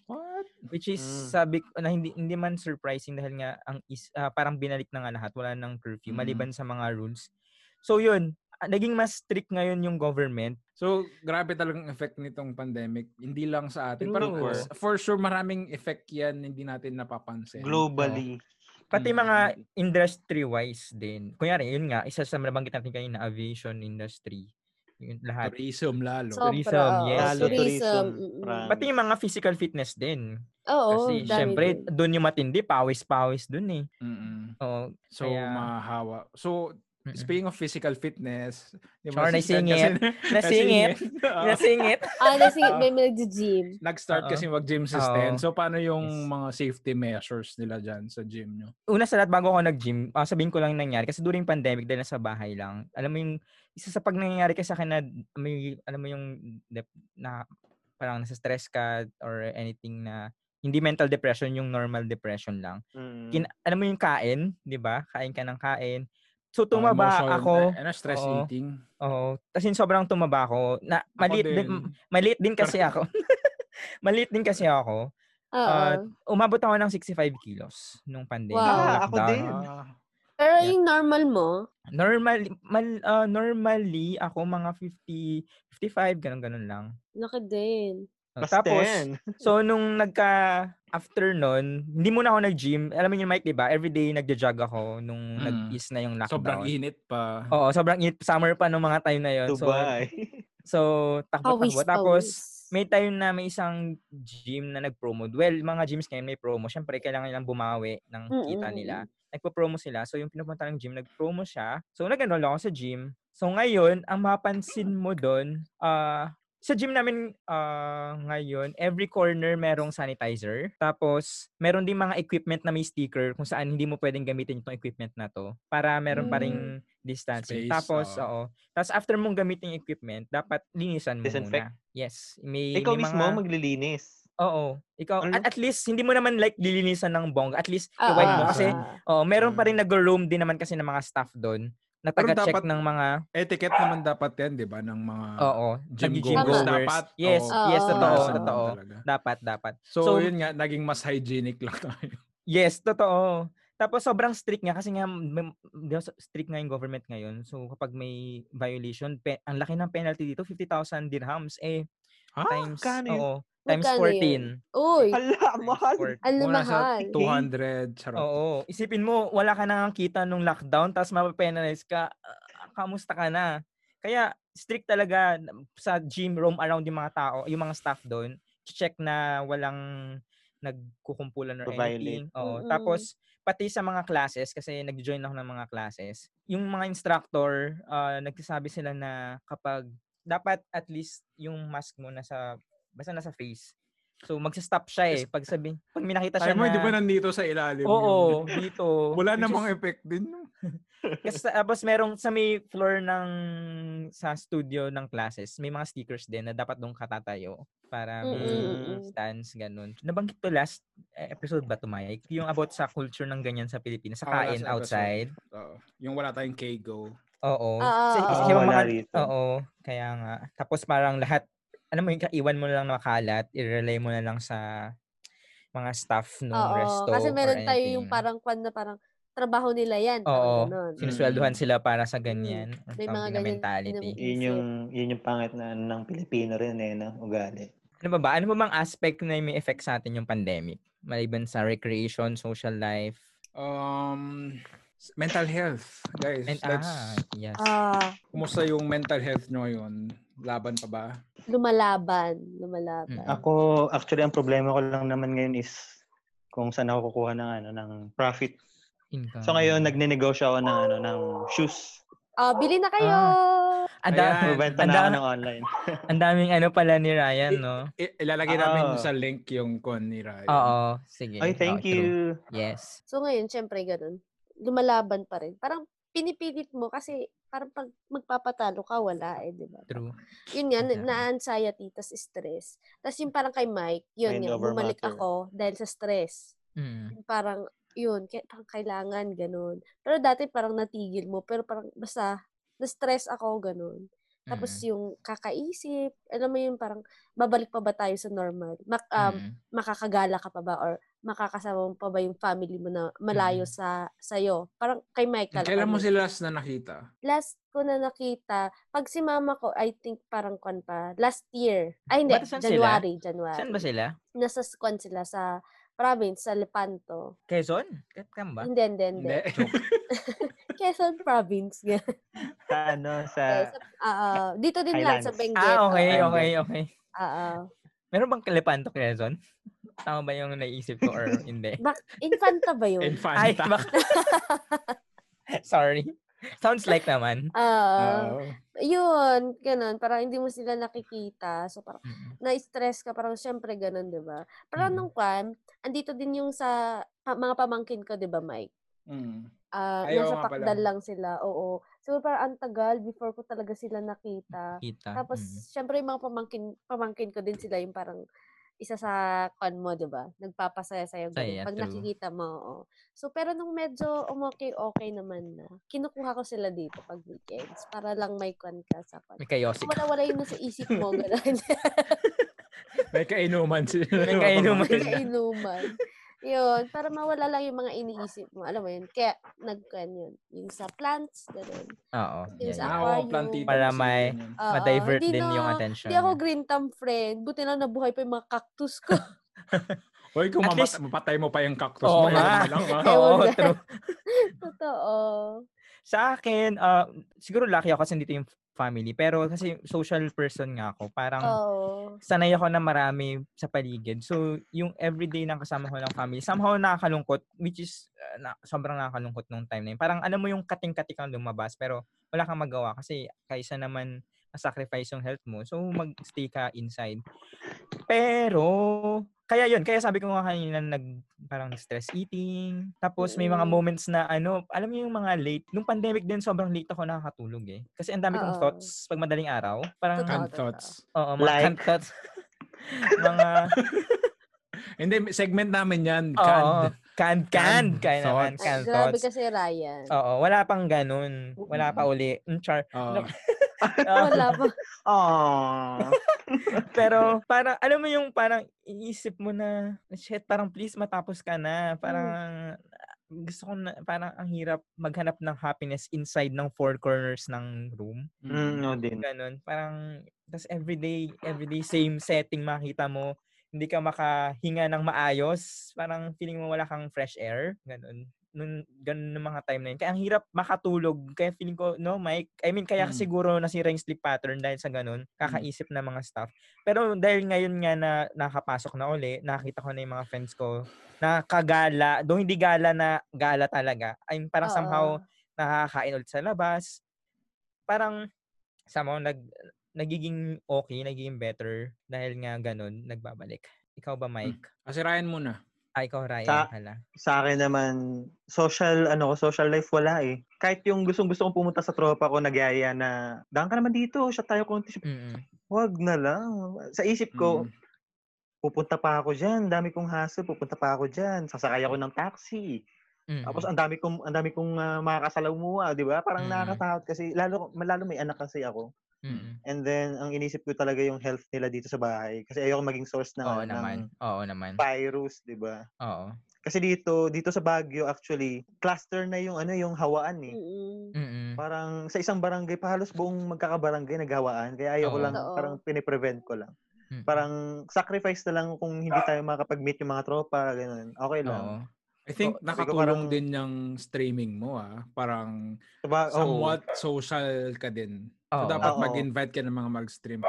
What?
Which is
Mm.
sabi ko na hindi hindi man surprising dahil nga ang is, ah, parang binalik na nga lahat wala nang curfew
Mm.
maliban sa mga rules. So yun, ah, naging mas strict ngayon yung government.
So, grabe talagang effect nitong pandemic. Hindi lang sa atin.
True.
Parang
Of course.
for, for sure, maraming effect yan hindi natin napapansin.
Globally.
Pati
Mm.
mga industry wise din. Kunyari, yun nga isa sa nabanggit natin kanina aviation industry. Yun lahat.
Tourism lalo.
So- tourism, yes,
Lalo
yes.
tourism.
mm-mm.
Parang-
Pati yung mga physical fitness din.
Oo,
Kasi
dami
syempre
din.
doon yung matindi, pawis-pawis doon eh.
Mm-mm.
Oo.
So,
Kaya-
mahahawa. So,
Mm-mm.
speaking of physical fitness, di
Sure,
si Stan
nasingit.
kasi-
Nasingit.
Oo.
Nasingit.
Ah, nasi, may may nag-gym.
Nag-start
Oo.
kasi mag-gym si Stan.
Oo.
So, paano yung
Yes.
mga safety measures nila dyan sa gym nyo?
una sa lahat bago ako nag-gym, ah, sabihin ko lang yung nangyari kasi during pandemic dahil nasa bahay lang. Alam mo yung isa sa pag nangyayari kasi sa akin na may alam mo yung dep- na parang nasa stress ka or anything na hindi mental depression yung normal depression lang.
Mm.
Kin- alam mo yung kain, 'di ba? Kain ka ng kain. So
Mga
tumaba
emotion-
ako.
eh, Ano, stress
Oo.
eating.
Oo. Tapos yun, sobrang tumaba ako. Na
Ako
maliit din, maliit din kasi ako. maliit din kasi ako.
Oo.
Ah, Umabot ako ng 65 kilos nung pandemic.
Wow.
nung
Ah, ako
lockdown.
din.
Ah,
Pero
yeah.
yung normal mo,
Normally, mal, ah, normally ako mga 50, 55, ganun-ganun lang.
naka din.
Oh,
Mas
tapos,
10.
so nung nagka after nun, hindi muna ako nag-gym. Alam mo yun, Mike, di ba? Everyday nagja-jog ako nung
Mm.
nag-ease na yung lockdown.
sobrang init pa.
Oo, sobrang init. Summer pa nung mga time na yun. uh,
Dubai.
So, so
Pawis,
takbo-takbo.
pawis.
Tapos, may time na may isang gym na nag-promo. Well, mga gyms ngayon may promo. Siyempre, kailangan nilang bumawi ng
Mm,
kita
mm,
nila. Nagpo-promo sila. So, yung pinupunta ng gym, nag-promo siya. So, nag-enroll ako sa gym. So, ngayon, ang mapansin mo doon, ah, sa gym namin ah, ngayon, every corner merong sanitizer. Tapos, meron din mga equipment na may sticker kung saan hindi mo pwedeng gamitin itong equipment na to para meron pa ring distancing.
Mm. Space,
Tapos,
oo.
oo. Tapos, after mong gamitin yung equipment, dapat linisan mo
Disinfect.
muna. Yes. May,
Ikaw
may
mismo
mga-
maglilinis.
Oo. Ikaw,
Ano?
at, at least, hindi mo naman like lilinisan ng bong. At least,
Ah,
i-wipe mo.
ah,
Kasi,
ah.
oo, meron pa rin nag-roam din naman kasi ng mga staff doon na
Pero
taga-check
dapat-
ng mga,
Etiquette naman dapat yan, di ba? Ng mga
oo,
gym
nag-gym
goers.
goers.
Dapat,
Yes,
oo,
yes,
Oo.
totoo,
Punasan
Punasan
totoo.
ano, talaga.
Dapat, dapat.
So,
So,
yun nga, naging mas hygienic lang tayo.
Yes, totoo. Tapos sobrang strict nga kasi nga may- di ba, so- strict nga yung government ngayon. So kapag may violation, pe- ang laki ng penalty dito, 50,000 dirhams eh
Ha?
times
Kano yun?
oo, times
Magkano yun?
14.
Uy,
Ala,
times
mahal.
14.
alam
Muna sa
mahal.
200, charot.
Oo, isipin mo wala ka nang kita nung lockdown tapos mapapenalize ka. Ah, Kamusta ka na? Kaya strict talaga na- sa gym roam around yung mga tao, yung mga staff doon, check na walang nagkukumpulan or
Na-violate.
anything. Oo.
Mm-mm.
Tapos pati sa mga classes kasi nag-join ako ng mga classes. Yung mga instructor ah, nagsasabi sila na kapag dapat at least yung mask mo nasa basta nasa face. So magsa-stop siya eh pag sabi pag may nakita siya
Tayo mo,
na
di ba nandito sa ilalim?
Oo,
yun?
dito.
Wala
Which
namang
is-
effect din. no?
Kasi sa- tapos merong sa may floor ng sa studio ng classes, may mga stickers din na dapat doon katatayo para
Mm,
may
Mm-mm.
stance, ganun. Nabanggit to last eh, episode ba to, Mike? Yung about sa culture ng ganyan sa Pilipinas, sa
Ah, last
kain
episode.
outside.
Oo. Yung wala tayong K-Go.
Oo.
Ah,
Sa-
ah,
isa
ah,
yung
ah.
mga,
Wala rito.
oo, kaya nga. Tapos parang lahat, alam mo yung iwan mo na lang makalat, i-relay mo na lang sa mga staff ng
Oo,
resto.
kasi
or
meron tayo yung
anything.
parang kwan na parang trabaho nila yan. parang
Oo.
ganun.
Sinusweldohan
Mm.
sila para sa ganyan. or
Mm. May mga
something na
ganyan
mentality.
din
Yun yung, yun yung pangit na ano ng Pilipino rin eh, no? Ugali.
Ano ba ba? Ano ba bang aspect na may effect sa atin yung pandemic? Maliban sa recreation, social life,
Um, s- mental health, guys.
and
Let's,
ah, yes.
Ah,
kumusta yung mental health nyo ngayon? Laban pa ba?
lumalaban. Lumalaban.
Mm.
Ako, actually, ang problema ko lang naman ngayon is kung saan ako kukuha ng ano ng profit.
Income.
So ngayon nagnenegosyo ako ng ano ng shoes.
Ah, bili na kayo!
Ayan.
ang da-
Bumenta
ang
na ako
da-
ng online.
ang daming ano pala ni Ryan, no?
I- ilalagay namin
Oo.
sa link yung con ni Ryan.
Ah. Oo, sige.
Ay,
Oo,
thank
true.
you.
Yes.
So ngayon, syempre ganun. Lumalaban pa rin. Parang pinipilit mo kasi parang pag magpapatalo ka, wala eh, di ba?
True.
Yun nga,
Tama.
na- na-anxiety, tas stress. Tas yung parang kay Mike, yun
Mind
nga,
over
bumalik
matter.
ako dahil sa stress.
Mm.
Yung Parang, yun, kaya parang kailangan, ganun. Pero dati parang natigil mo, pero parang basta, na-stress ako, ganun. Tapos
mm,
yung kakaisip, alam mo yun, parang babalik pa ba tayo sa normal? Mak, um,
mm.
makakagala ka pa ba or makakasama mo pa ba yung family mo na malayo
Mm.
sa sa'yo? Parang kay Michael.
Kailan mo
ano,
sila last na nakita?
Last ko na nakita, pag si mama ko, I think parang kwan pa, last year. Ay, hindi,
Ba't saan sila?
January, January.
Saan ba sila?
Nasa s- kwan sila sa province, sa Lepanto.
Quezon? Katkam ba?
Hindi, hindi, hindi.
Hindi.
Quezon province. nga.
Sa
Eh,
ano sa
sa, ah, ah, dito din lang, sa
Highlands.
Benguet.
Ah, okay,
Benguet.
okay, okay.
Ah, ah.
Meron bang Kalipanto Quezon? Tama ba yung naisip ko or hindi?
Bak- Infanta ba yun?
Ay,
Infanta.
baka. Sorry. Sounds like naman.
Ah,
Oo.
yun, ganun. Parang hindi mo sila nakikita. So, parang
Mm.
na-stress ka. Parang syempre ganun, di ba? Parang
Mm.
nung kwan, andito din yung sa pa- mga pamangkin ko, di ba, Mike?
Mm.
Ah,
Ay, oo
nasa
nga pala.
Pakdal lang sila. Oo. So, parang ang tagal before ko talaga sila nakita.
Kita.
Tapos,
mm.
syempre, yung mga pamangkin, pamangkin ko din sila yung parang isa sa kwan mo, di ba? Nagpapasaya sa'yo. Ganun,
Saya,
pag
true.
nakikita mo, oo. So, pero nung medyo umokay, okay naman na, kinukuha ko sila dito pag weekends para lang may kwan ka sa kwan.
May kayosik.
Wala-wala yun sa isip mo, ganun.
May kainuman sila.
May kainuman.
May kainuman. Yun, para mawala lang yung mga iniisip mo. Alam mo yun, kaya nagkan yun. Yung sa plants, ganun.
Oo.
Yung
yan,
sa
yan.
Ah, oo,
aquarium.
plantita
Para
na sila
may-
ganyan.
Oo,
Ma-divert
hindi
din yung
na-
attention.
Hindi ako
niya.
green thumb friend. Buti na nabuhay pa yung mga cactus ko.
Hoy, kung
At
mamat-
least-
mapatay mo pa yung cactus mo.
Oo nga.
yun lang, ah.
Oo,
Ewan
true.
Totoo.
Sa akin, ah, siguro lucky ako kasi dito yung family. Pero kasi social person nga ako. Parang
Oo.
sanay ako na marami sa paligid. So, yung everyday ng kasama ko ng family, somehow nakakalungkot, which is uh, na, sobrang nakakalungkot nung time na yun. Parang alam mo yung kating-kating kang lumabas, pero wala kang magawa kasi kaysa naman sacrifice yung health mo. So, mag-stay ka inside. Pero, kaya yun. Kaya sabi ko nga kanina, nag, parang stress eating. Tapos, may
Mm.
mga moments na, ano, alam mo yung mga late. Nung pandemic din, sobrang late ako nakakatulog eh. Kasi ang dami kong
Oo.
thoughts pag madaling araw. Parang,
Totoo.
Canned thoughts.
Oo, mga
Like?
kantot. mga,
Hindi, segment namin yan.
oo,
Canned.
canned, canned,
Canned
kaya naman,
thoughts.
Ay,
canned
grabe
thoughts. Oh.
kasi Ryan.
Oo, wala pang ganun. Wala pa uli. Mm, Char.
Oo.
Oo,
Wala pa.
Oh.
pero parang, alam mo yung parang iisip mo na, shit, parang please matapos ka na. Parang,
Mm.
gusto ko na, parang ang hirap maghanap ng happiness inside ng four corners ng room.
mm,
Hmm.
no din.
Ganun. Parang, tas everyday, everyday same setting makita mo. Hindi ka makahinga ng maayos. Parang feeling mo wala kang fresh air. Ganun. Nun, ganun ng mga time na yun. Kaya ang hirap makatulog. Kaya feeling ko, no, Mike? I mean, kaya
Mm.
siguro nasira yung sleep pattern dahil sa ganun. Kakaisip na mga stuff. Pero dahil ngayon nga na nakapasok na uli, nakita ko na yung mga friends ko na kagala. Doon hindi gala na gala talaga. I mean, parang
Oo.
somehow nakakain ulit sa labas. Parang somehow nag nagiging okay, nagiging better dahil nga ganun, nagbabalik. Ikaw ba, Mike?
Kasi Ah, Ryan muna.
Ay, ikaw, Ryan,
Hmm. Sa-
pala.
Sa akin naman, social, ano ko, social life wala eh. Kahit yung gustong gusto kong pumunta sa tropa ko, nagyaya na, daan ka naman dito, shot tayo konti.
Mm-mm.
Wag na lang. Sa isip ko,
Mm.
pupunta pa ako dyan, dami kong hassle, pupunta pa ako dyan, sasakay ako ng taxi.
Mm-mm.
Tapos ang dami kong ang dami kong ah, mga kasalamuha, 'di ba? Parang
Mm.
nakakatakot kasi lalo lalo may anak kasi ako.
Mm-mm.
And then, ang inisip ko talaga yung health nila dito sa bahay. Kasi ayoko maging source ng,
Oo
ng
naman. Oo naman.
virus, di ba?
Oo.
Kasi dito, dito sa Baguio, actually, cluster na yung, ano, yung hawaan
Mm.
eh.
Mm-mm.
Mm-mm.
Parang sa isang barangay, pa halos buong magkakabarangay naghawaan. Kaya ayoko
Oo.
lang,
Totoo.
parang piniprevent ko lang.
Mm-mm.
Parang sacrifice na lang kung hindi tayo makapag-meet yung mga tropa, ganun. Okay lang.
Ah. Oo.
I think
So, sabi ko
nakatulong
parang-
din yung streaming mo ah. Parang
Diba? Oo.
somewhat social ka din. So
Ah, Oo.
dapat
Oo.
mag-invite ka ng mga mag-stream.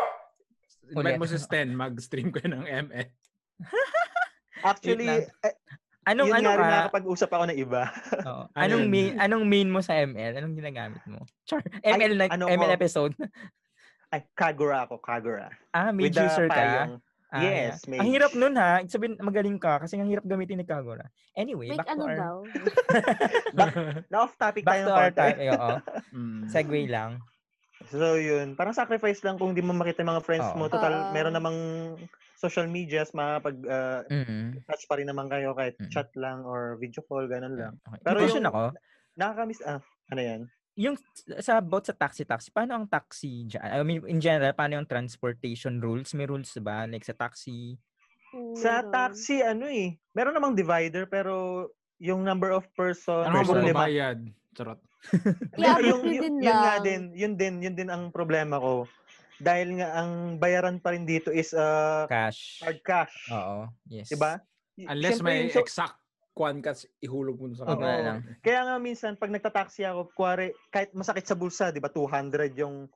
Invite
Ulit.
mo si Sten, mag-stream ka ng ML.
Actually,
Wait
eh,
Anong
yun
ano
nga rin
ka?
nakakapag-usap ako ng iba.
Oo.
Ano
Anong
yun?
main anong main mo sa ML? Anong ginagamit mo? Char. ML na
ano
ML
ko?
episode.
Ay, Kagura ako, Kagura.
Ah, mage
the
user ka.
payong.
Ah, yeah.
Yes,
Ang
mage.
hirap nun ha. Ibig Sabihin magaling ka kasi ang hirap gamitin ni Kagura. Anyway,
Wait,
back
ano
to our
daw?
Na-off topic
back
tayo
to
ng
our
konti.
topic. Oo.
Mm.
Segue lang.
So, yun. Parang sacrifice lang kung hindi mo makita yung mga friends
Oo.
mo. Total,
Oo.
meron namang social medias, makapag ah,
Mm.
touch pa rin naman kayo kahit
Mm.
chat lang or video call, ganun lang.
Okay.
Pero
Pero
yung-
ako,
Nakakamiss, ah, ano yan?
yung sa about sa taxi taxi paano ang taxi dyan? I mean in general paano yung transportation rules may rules ba like sa taxi
Mm,
Sa
meron.
taxi, ano eh, meron namang divider pero yung number of person,
Ano
Person.
ba
yung lima.
bayad? Charot.
Yeah,
yung,
but
yun,
yun
yun nga
lang.
din, yun din, yun din ang problema ko. Dahil nga ang bayaran pa rin dito is uh,
cash
hard cash.
oo yes
Diba? Y-
Unless
syempre
may
yung so-
exact kwan ka ihulog mo sa
Oo.
kanila.
lang.
Kaya nga minsan, pag nagtataxi ako, kuwari, kahit masakit sa bulsa, di ba, 200 yung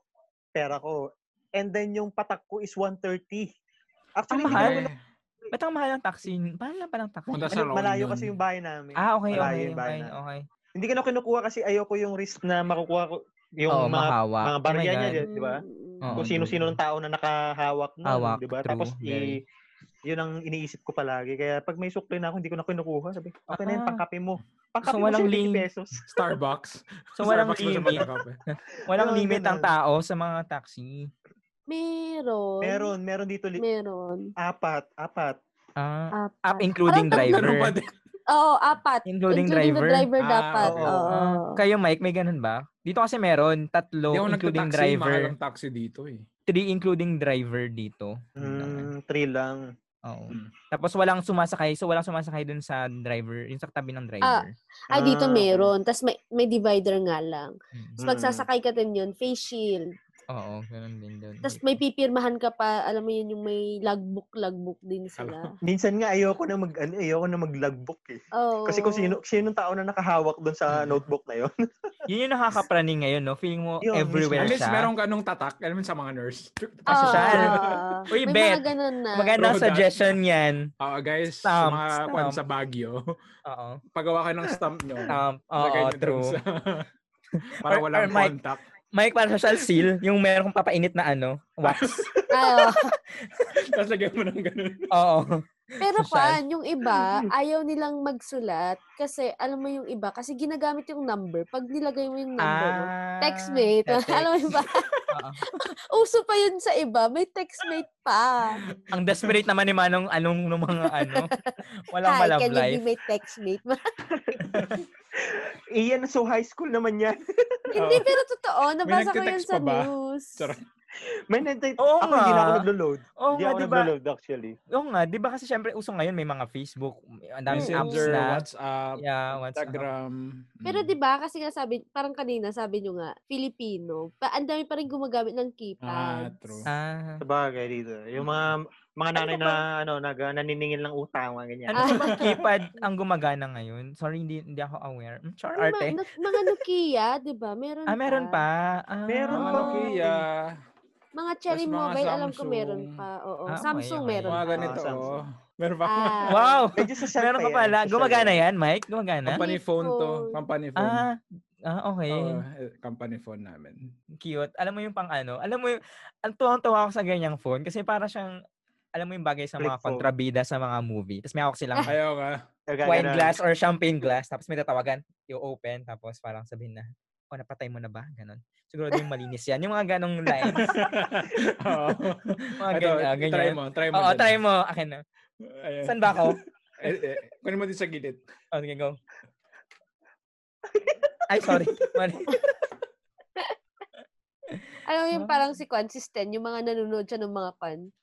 pera ko. And then yung patak ko is 130. Actually,
Ang
hindi
mahal.
ko
Eh,
alam-
Ba't ang mahal ng taxi? Mahal lang pala ng taxi.
Punta sa round
ano, malayo
yun.
kasi yung bahay namin.
Ah, okay,
malayo
okay,
yung bahay
okay,
namin.
okay.
Hindi ko na kinukuha kasi ayoko yung risk na makukuha ko yung
Oo,
mga,
makawa.
mga
Oh my
barya niya,
God.
di ba?
Mm,
Oo,
Kung sino-sino
true.
ng tao na nakahawak nun,
Hawak,
di ba?
true,
Tapos,
very.
i, yun ang iniisip ko palagi. Kaya pag may sukli na ako, hindi ko na kinukuha. Sabi, okay na yun,
Ah.
pangkape mo. Pangkape
So,
mo
walang
siya, 50
link.
pesos.
Starbucks.
So, walang
Starbucks ba siya
limit.
magkakape?
Walang
Ganun,
limit ang
ganun.
tao sa mga taxi.
Meron.
Meron, meron dito, li-
Meron.
apat, apat.
Apat.
Ah, up including
Parang tatlo
Ano ba
driver.
din?
Oo, apat.
Including
the
driver.
driver
Ah,
dapat.
oo.
Oo.
Ah, kayo Mike, may ganun ba? Dito kasi meron, tatlo
Hindi ako
including
nagtataxi. Mahal
driver.
ang taxi dito eh.
Three including driver dito. Yun lang yun.
Mm, three lang.
Oo.
Hmm.
Mm.
Tapos walang sumasakay, so walang sumasakay dun sa driver, yung sa tabi ng driver.
ah, dito
Ah, okay.
meron. Tapos may, may divider nga lang.
Mm.
Tapos pag
Mm.
sasakay ka din yun, face shield.
Oo, ganun din dun.
Tapos may pipirmahan ka pa, alam mo yun, yung may logbook-logbook din sila.
Minsan nga ayoko na mag ano, ayoko na maglagbook eh.
Oo.
Kasi
Oh.
kung sino sino yung tao na nakahawak doon sa
Mm.
notebook na 'yon.
Yun yung nakakapraning ngayon, no? Feeling mo
Yun,
At
everywhere
least
siya.
meron ka nung tatak. Alam mo sa mga nurse.
Oo,
Pasosyal.
oo, oo.
Uy,
May
bet.
mga ganun na.
Magandang
Bro, that-
suggestion yan.
Ah, guys, sa
Stamp,
mga kwan
stamp.
sa Baguio,
Oo.
pagawa ka ng stamp nyo.
Um,
lagay
oo,
nyo doon
true.
sa- para
Or- or
walang
mic.
contact.
Mike, para social seal, yung meron kong papainit na ano, wax.
Oo.
Tapos lagyan mo ng ganun.
oo.
Pero
Social.
pan, yung iba, ayaw nilang magsulat kasi alam mo yung iba, kasi ginagamit yung number. Pag nilagay mo yung number mo,
Ah,
textmate.
text.
alam mo ba?
Oo.
Uso pa yun sa iba. May textmate pa.
Ang desperate naman ni Manong anong ng mga ano. Walang
Hi,
malove
can you be
life.
my textmate?
Iyan so high school naman 'yan.
Hindi, pero totoo. Nabasa ko yun
nagte-text
sa
pa ba?
news.
Charot.
May nantay,
Oo
ako hindi na ako
nga.
naglo-load.
Oo
hindi
nga,
ako
di ba?
naglo-load actually.
Oo nga, di ba kasi syempre uso ngayon may mga Facebook, may- ang daming apps
Messenger,
na.
WhatsApp,
Yeah, WhatsApp.
Instagram.
Pero
Mm.
di ba kasi nga sabi, parang kanina sabi nyo nga, Filipino, pa, ang dami pa rin gumagamit ng
Ah,
keypads.
true.
Ah,
Sa bagay dito. Yung mga mga
Ano
nanay
ba
na ano nag naniningil ng utang mga ganyan.
ano ba bang keypad ang gumagana ngayon? Sorry, hindi, hindi ako aware. Mm,
Yung
Char,
Ano ma-
arte.
na- mga Nokia, di ba? Meron
Ah, meron pa. Ah,
Meron
Mga
pa.
Nokia,
Mga Cherry
Tas mga
Mobile, alam ko meron
Samsung.
pa. Oo,
Ah, okay,
Samsung
okay.
meron
mga
pa.
ganito.
Ah, Samsung.
oh. Meron pa mga
Ah,
Wow!
Medyo social
meron
pa
ka
yan,
pala.
social
Gumagana
yan.
yan, Mike? Gumagana?
company phone to.
phone.
Company phone.
Ano? Ah, ah okay.
Oo, eh, company phone namin.
cute. Alam mo yung pang ano, alam mo yung, ang tuwang-tuwa ako sa ganyang phone kasi para siyang, alam mo yung bagay sa
Flip
mga
phone.
kontrabida sa mga movie. Tapos may hawak
Ah.
silang
Ayaw ka. Ah,
Nagaganon.
wine glass or champagne glass. Tapos may tatawagan, you open. Tapos parang sabihin na, oh, napatay mo na ba? Ganon. Siguro yung malinis yan. Yung mga ganong lines.
Oo.
Mga
Ito,
gan- ah,
try
ganyan.
mo. Try mo.
Oo,
dyan.
try mo. Akin na.
Ayan.
San ba ako?
Eh, eh, kunin mo din sa gilid.
Oh, sige, go. Ay, sorry. Mali.
Alam mo yung parang si Kwan, si Sten, yung mga nanonood siya ng mga pan.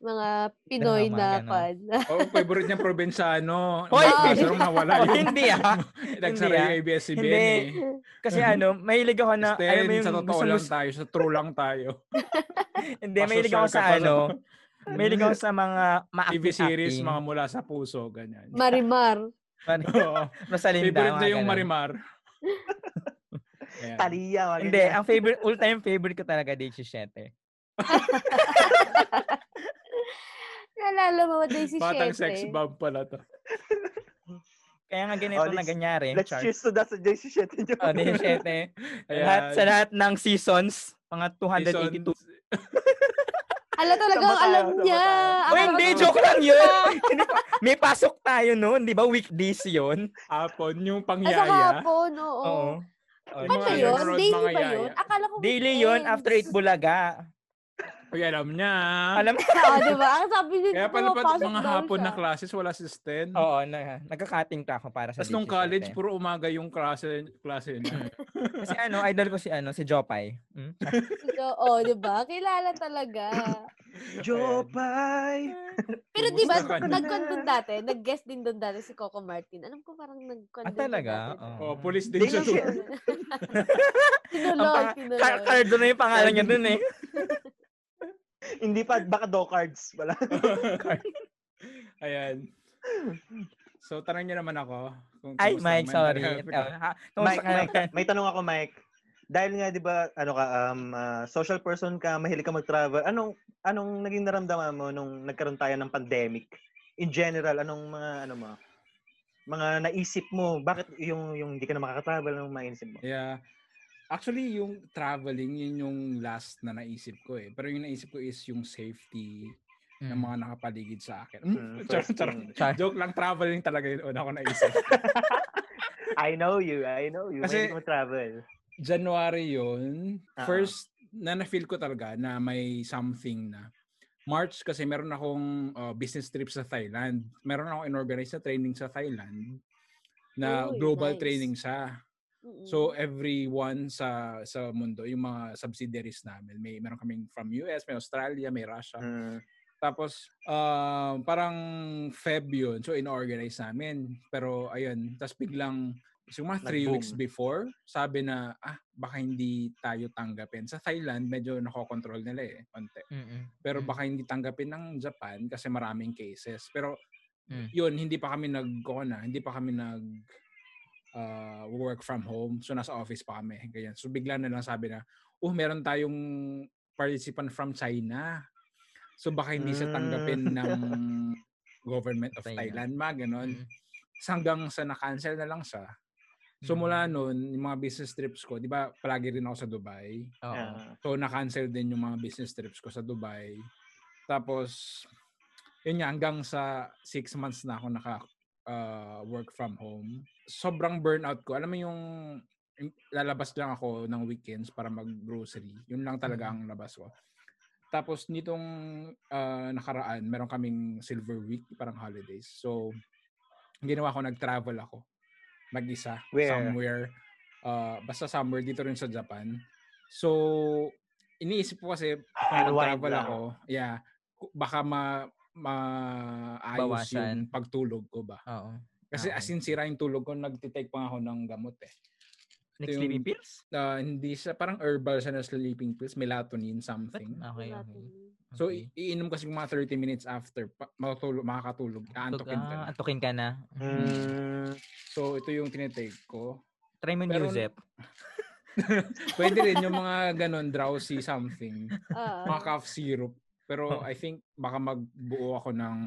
Mga Pinoy
Drama,
na
ganon.
pan.
Oh, favorite niya probinsyano.
Hoy!
Sarong nawala yung
Hindi ah.
nagsara
Hindi, ah.
yung ABS-CBN
Hindi.
eh.
Kasi ano, mahilig ako na, alam mo
Sten,
yung
sa totoo
gusto mo,
lang tayo, sa true lang tayo.
hindi, mahilig ako
Pasosyal
sa
ka pa
ano, mahilig ako sa mga ma-acting.
TV series, mga mula sa puso, ganyan.
Marimar.
Oo.
Masalinda.
favorite
mga
niya yung
ganon.
Marimar. Ayan.
Talia. wag
Hindi,
ganyan.
ang favorite, all-time favorite ko talaga, Day 17.
Nalala mo, Daisy
Batang
Batang
sex bomb pala to.
Kaya nga ganito
Oh,
na
let's-
ganyari.
Let's
Char.
choose to that suggestion shit.
Oh, Day 17. Lahat, sa lahat ng seasons, mga 282.
Season-
Ala talagang
Tama tayo,
alam
tama
niya.
Oh,
Akala
hindi,
ko-
joke lang yun. May pasok tayo noon, di ba? Weekdays yun.
Hapon, yung
Ah, sa
pangyaya.
hapon, oo.
Oo. Oh,
Yung
Ano
mga
yun? Oh,
nanonood,
Daily
mga
ba
yaya.
yun? Akala ko
Daily yun, after 8 bulaga.
Uy, alam niya.
Alam mo?
Oo, di ba? Ang sabi niya,
Kaya pala pa
pumapasok
mga
daw
hapon na
siya.
classes, wala si Sten.
Oo, na, nagka-cutting pa ako para sa
Tapos nung
Day 17.
college, puro umaga yung klase, klase niya.
Kasi ano, idol ko si ano, si Jopay. Hmm?
Oo, di ba? Kilala talaga.
Jopay.
Pero di ba,
Kumusta ka na?
nag-con dun dati, nag-guest din dun dati si Coco Martin. Alam ko parang nag-con
Ah,
din siya
talaga?
dati.
Oo.
Oh, police din
Hindi
siya.
lang siya.
doon.
Tinuloy,
pang-
tinuloy.
Car- Cardo na yung pangalan niya dun eh.
Hindi pa, baka do cards pala.
Ayan. So, tanong niya naman ako. Kung
Ay,
kumusta
Mike,
ang
sorry.
mental health.
Oh, ha,
Mike,
kumusta
Mike,
ka?
may tanong ako, Mike. Dahil nga, di ba, ano ka, um, ah, social person ka, mahilig ka mag-travel. Anong, anong naging naramdaman mo nung nagkaroon tayo ng pandemic? In general, anong mga, ano mo, mga naisip mo, bakit yung, yung hindi ka na makaka-travel, anong maisip mo?
Yeah. Actually, yung traveling, yun yung last na naisip ko eh. Pero yung naisip ko is yung safety ng mga nakapaligid sa akin.
Mm,
Mm, charot,
first
charot.
thing.
Hmm. Char-
Joke lang, traveling talaga yun una ko naisip.
I know you, I know you.
Kasi-
Mahilig ka mag-travel.
January yun.
Ah.
First na na-feel ko talaga na may something na. March kasi meron akong uh, business trip sa Thailand. Meron akong inorganize na training sa Thailand na
Uy,
global
nice.
training siya.
Mm-mm.
Mm.
So everyone sa sa mundo, yung mga subsidiaries namin, may meron kaming from US, may Australia, may Russia.
Mm.
Tapos ah, parang Feb yun. So inorganize namin. Pero ayun, tapos biglang so, mga three
Nag-boom.
weeks before, sabi na, ah, baka hindi tayo tanggapin. Sa Thailand, medyo nakokontrol nila eh, konti.
Mm-mm.
Pero
Mm.
baka hindi tanggapin ng Japan kasi maraming cases. Pero
Mm.
yun, hindi pa kami nag na, hindi pa kami nag ah, work from home. So nasa office pa kami. Ganyan. So bigla na lang sabi na, oh, meron tayong participant from China. So baka hindi siya
Hmm.
tanggapin ng government of
China.
Thailand, mga ganon.
Mm.
Tas Hanggang sa na-cancel na lang siya. So
Mm.
mula noon, yung mga business trips ko, di ba palagi rin ako sa Dubai.
Oo.
Ah.
So, na-cancel din yung mga business trips ko sa Dubai. Tapos, yun nga, hanggang sa six months na ako naka ah, work from home. Sobrang burnout ko. Alam mo yung yung lalabas lang ako ng weekends para mag-grocery. Yun lang talaga ang labas ko. Tapos nitong ah, nakaraan, meron kaming silver week, parang holidays. So, ang ginawa ko, nag-travel ako. Mag-isa.
Where?
Somewhere. Ah, basta somewhere dito rin sa Japan. So, iniisip ko kasi kung
Unwind
travel
lang.
ako, yeah, ku- baka ma maayos yung pagtulog ko ba.
Oo.
Kasi
Ah,
as
Okay.
in sira yung tulog ko, nagtitake pa nga ako ng gamot eh.
Next
yung-
sleeping pills?
Ah, hindi siya, parang herbal siya na sleeping pills, melatonin something.
Okay,
Wala
okay.
tuloy.
So,
Ah, Okay.
i- iinom kasi mga 30 minutes after, pa- matutulog, makakatulog, aantokin ka
Ah,
na.
antukin ka na.
Hmm,
Mm.
So, ito yung tinitake ko.
Try mo
Pero-
yung Newzep.
Pwede rin yung mga ganon, drowsy something.
Oo.
mga cough syrup. Pero I think baka magbuo ako ng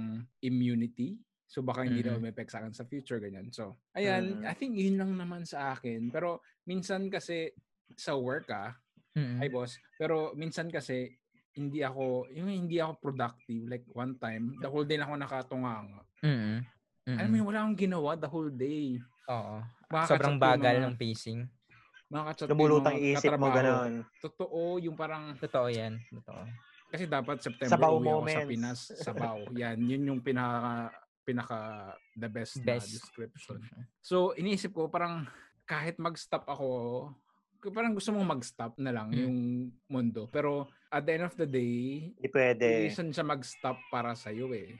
immunity. So baka hindi daw
Mm.
may sa akin sa future, ganyan. So, ayan,
Mm.
I think yun lang naman sa akin. Pero minsan kasi sa work ah,
Mm-hmm.
ay boss, pero minsan kasi hindi ako, yung hindi ako productive. Like one time, the whole day lang ako nakatunganga.
Mm-mm.
Alam mo yun, wala akong ginawa the whole day.
Oo.
Makakachat
Mm-hmm. Sobrang
ko yung
bagal
mga-
ng pacing.
makakachat ko yung
Lumulutang
mga
iisip mo,
katrabaho.
ganon.
Totoo, yung parang
Totoo yan. Totoo.
Kasi dapat September uwi
Sabaw
ako sa
moments.
Pinas. Sabaw. Yan. Yun yung pinaka, pinaka the best, na
Best.
description. So, iniisip ko parang kahit mag-stop ako, parang gusto mong mag-stop na lang yung mundo. Pero at the end of the day,
Hindi pwede.
reason siya mag-stop para sa iyo eh.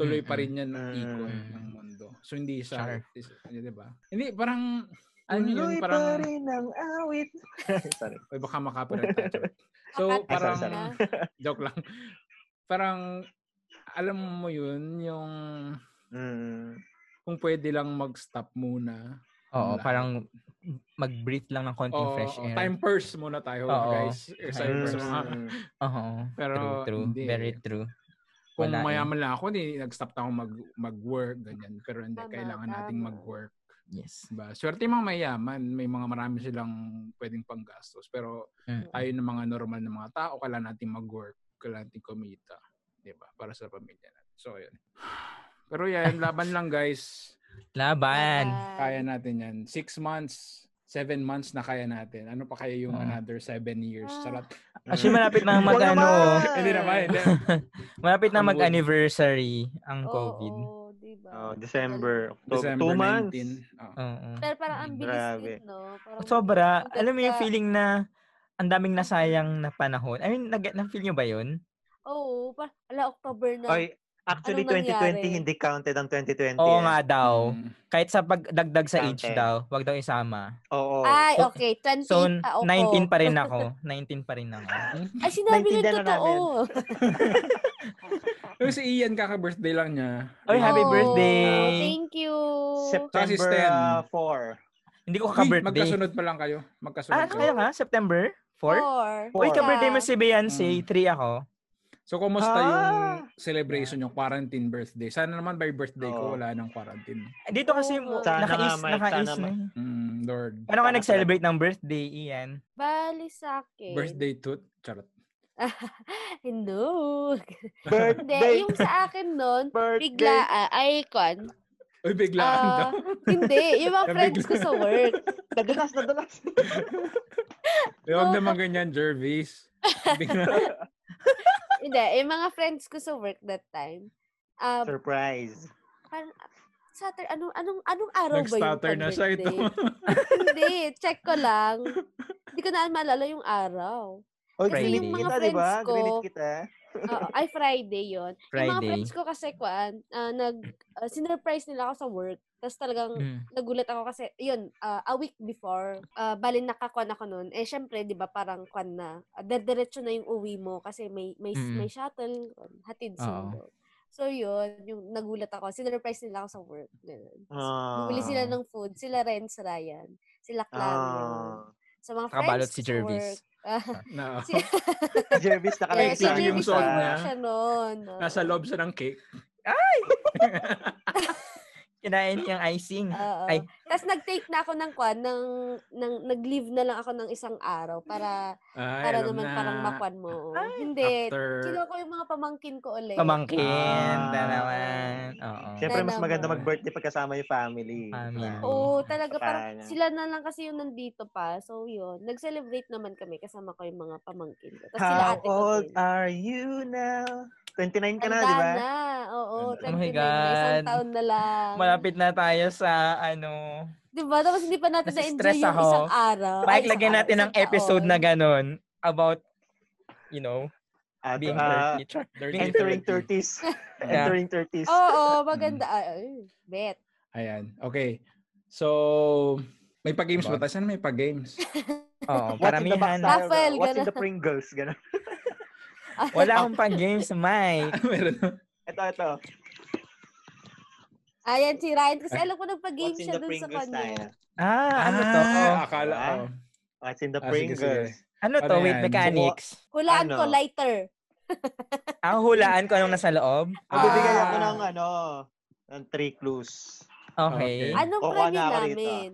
Tuloy pa rin yan ang ikon
Mm.
ng mundo. So hindi siya,
Sure.
is- yun, di ba? Hindi, parang, ano yun,
Tuloy pa
parang,
rin ang awit. Sorry.
Uy, baka makapirate tayo. Charot. So,
Kakat-
Ay, sorry,
parang,
sorry.
joke lang. Parang, alam mo yun, yung,
Mm.
kung pwede lang mag-stop muna.
Oo,
Lahat.
parang mag-breathe lang ng konting
Oo,
fresh
oo,
air.
time first muna tayo,
Oo.
guys. Exercise
Time
Mm.
first.
Oo.
Pero
true, true.
hindi.
Very true.
Kung
Wala eh.
mayaman lang ako, hindi, nag-stop na ako mag, mag-work, ganyan. Pero hindi,
Tama,
kailangan nating
tama.
mag-work.
Yes.
Diba? Swerte yung mga mayaman, may mga marami silang pwedeng panggastos. Pero
Mm.
tayo ng mga normal na mga tao, kailangan natin mag-work, kailangan natin kumita. Diba? Para sa pamilya natin. So, yun. Pero yan, laban lang guys.
Laban.
Kaya natin yan. Six months, seven months na kaya natin. Ano pa kaya yung
Oo.
another seven years?
Ah.
Sarap.
Actually, malapit na
Wag
mag-ano.
Ah.
oh.
naman!
Hindi naman. Hindi.
malapit na
Ang good.
mag-anniversary ang
Oo,
COVID. Oo.
oo, diba?
Oh, December. October,
December
two months.
19. Oo.
Pero parang ang bilis
Grabe.
din, no? Parang,
Sobra.
ang
Alam mo yung
ganda.
feeling na ang daming nasayang na panahon. I mean, nag- na-feel nyo ba yun?
Oo, parang, ala, October na.
Oy, actually,
Anong
2020
nangyari?
hindi counted ang 2020.
Oo
eh.
nga daw.
Mm.
Kahit sa pagdagdag sa age
Dante.
daw, wag daw isama.
Oo.
Ay,
So-
okay. 20,
So,
ah, oo.
19 pa rin ako. 19 pa rin ako.
Ay, sinabi ng
Naintindihan na
totoo.
Yung si Ian, kaka-birthday lang niya.
Oy, happy
Oo,
birthday!
Thank you.
Kasi
September
Stan.
uh, 4.
Hindi ko
Uy,
ka-birthday.
magkasunod pa lang kayo. Magkasunod
Ah,
kayo.
kaya nga? September? 4?
Four.
Uy,
Four.
ka-birthday mo si Beyonce.
Mm.
3 ako.
So, kumusta yung
Ah!
celebration, yung quarantine birthday? Sana naman by birthday ko,
Oo.
wala ng quarantine.
Eh, Dito kasi,
Oo.
Sana
naka-is,
nga, Mike,
naka-is
sana
na. eh.
Mm, Lord.
Ano ka
Sana
nag-celebrate ng birthday, Ian?
Bali sa akin.
Birthday toot. Charot.
Hello. Hindi,
Birthday.
yung sa akin nun,
birthday.
bigla, ah, ay, kon.
Uy, biglaan
Ah,
daw.
Hindi, yung mga
Nabigla.
friends ko sa work.
Nadulas, nadulas.
Eh, Huwag naman ganyan, Jervis. Bigla.
Hindi, yung mga friends ko sa work that time. Um,
Surprise.
parang, Saturday, anong, anong, anong araw ba yung
Nag-stutter na siya eh, ito.
pag-birthday? Hindi, check ko lang. Hindi ko na maalala yung araw.
Oy,
Kasi
yung
grilit
mga
kita,
friends
diba?
ko-
Grilit kita.
Oo, ay Friday yon. Yung mga
Friday.
friends ko kasi kuan, ah, nag ah, sinurprise nila ako sa work. Tapos talagang
Mm.
nagulat ako kasi yun, ah, a week before, ah, bali nakakuan ako noon. Eh syempre, 'di ba, parang kuan na. ah, Dediretso na yung uwi mo kasi may may
Mm.
may shuttle hatid
Oo.
sundo. So yun, yung nagulat ako. Sinurprise nila ako sa work. Ganun.
Ah.
Bumili sila ng food. Sila Renz Ryan. Sila Clavio.
Ah.
Sa mga
Nakabalot
friends
si
ko sa
Jervis.
work. Ah,
Na,
si,
Ah. Jervis,
eh,
nakalagay
si
Nakaligtaan yung
Jervis
soul
na
niya.
siya noon. Oo.
nasa loob siya ng cake.
Kinain niyang icing.
Oo.
Ay,
Tapos nag-take na ako ng kwan, ng, ng, nag-leave na lang ako ng isang araw para,
Ay,
para
alam
naman
na.
parang makwan mo. Hindi.
After,
Sino ko yung mga pamangkin ko ulit.
pamangkin.
Ah.
Dalawan. Oo.
Siyempre, mas
Sana
maganda
mo.
mag-birthday pagkasama yung family. Diba?
Family.
Oo, talaga
Sana.
parang sila na lang kasi yung nandito pa. So yun, nag-celebrate naman kami kasama ko yung mga pamangkin ko. Tapos sila
How
ate ko
old
din.
are you now? 29 Ah, ka na, diba?
Tanda
di ba?
na. Oo,
Tanda.
29
Oh my
na. Isang
God.
taon na lang.
Malapit na tayo sa ano.
Di ba? Tapos hindi pa natin na-enjoy
Nasistress
yung
ako.
isang araw.
Mike,
Ay, isang
lagyan
araw,
natin ng
isang
episode na
taon.
ganun about, you know,
At,
being
ah,
birthday. Char.
dirty
entering
30.
30s.
Yeah.
entering 30s.
Oo, maganda. Ay, ay, bet.
Ayan. Okay. So, may pa-games ba
Diba?
tayo? Saan may pa-games?
Oo,
What's in the box
paramihan.
tayo,
Raffle,
girl? What's in
ganun.
the Pringles? Ganun.
Wala akong pang-games, Mike.
Ano Meron na.
Ito, ito.
Ayan si Ryan. Kasi alam ko nagpa-game
What's in
siya
the
dun sa
Pringles
kanya.
tayo?
Ah, ano to?
Ah, akala
Diba?
ko.
What's in
Ah, sige,
the
sige.
Pringles?
Ano to?
Ano
Wait,
yan?
mechanics.
Hulaan ko,
Ano?
lighter.
Ah, hulaan ko anong nasa loob?
Magbibigay
Ah.
ako ng ano, ng three clues.
Okay.
Okay.
Anong
Kukuha
premyo
na ako rito.
namin?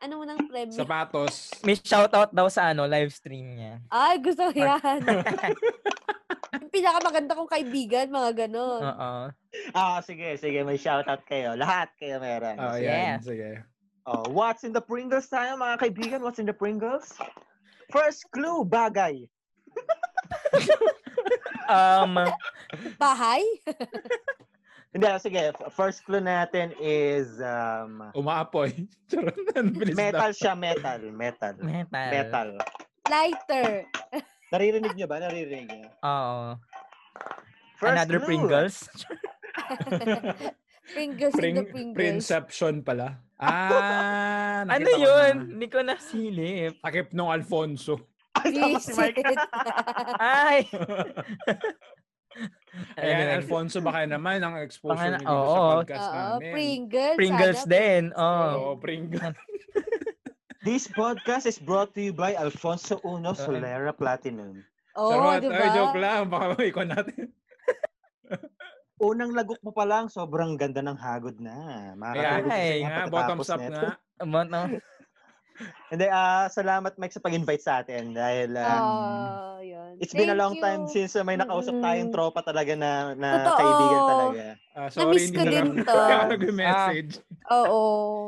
Ano mo ng premyo?
Sapatos.
May shoutout daw sa ano, live stream niya.
Ay, gusto ko yan. Yung pinakamaganda kong kaibigan, mga ganon.
Oo.
Ah, sige, sige, may shoutout kayo. Lahat kayo meron.
Ah, ayan.
Yes.
Sige.
Oh, what's in the Pringles tayo, mga kaibigan? What's in the Pringles? First clue, bagay.
Um,
Bahay?
Hindi, sige. f- First clue natin is um,
Umaapoy. Charot na.
metal siya, metal. Metal.
Metal.
Metal.
Lighter.
Naririnig niyo ba? Naririnig niyo?
Oo.
First
Another
clue.
Pringles.
Pringles in the
Pring-
Pringles.
Prinception pala. Ah,
ano
nakita ko
yun?
na.
Hindi ko nasilip.
Takip nung Alfonso.
Ay, tama si Mike.
Visit.
Ay!
Ayan, Alfonso baka naman ang exposure
Baka na-
niyo dito
oo.
sa podcast
Oo,
namin.
Pringles. ano?
Pringles
sana.
din. Oh.
Oo, Pringles.
This podcast is brought to you by Alfonso
Uh-huh.
Uno Solera Platinum.
Oo,
Charot.
diba?
Ay, joke lang. Baka maikon natin.
Unang lagok mo pa lang, sobrang ganda ng hagod na.
Ayan.
Makakatulog
Nga,
Ay,
na pagkatapos
bottoms up
nito.
nga.
About na.
Hindi, ah, salamat Mike sa pag-invite sa atin dahil ah,
Oo, yun.
it's been a
Thank
long
you.
time since ah, may nakausap
Mm-mm.
tayong tropa talaga na, na
Totoo.
kaibigan talaga.
Ah, sorry,
Na-miss
hindi
ko
na
din
lang.
to. Ah.
Kaya ako nag-message.
Oo.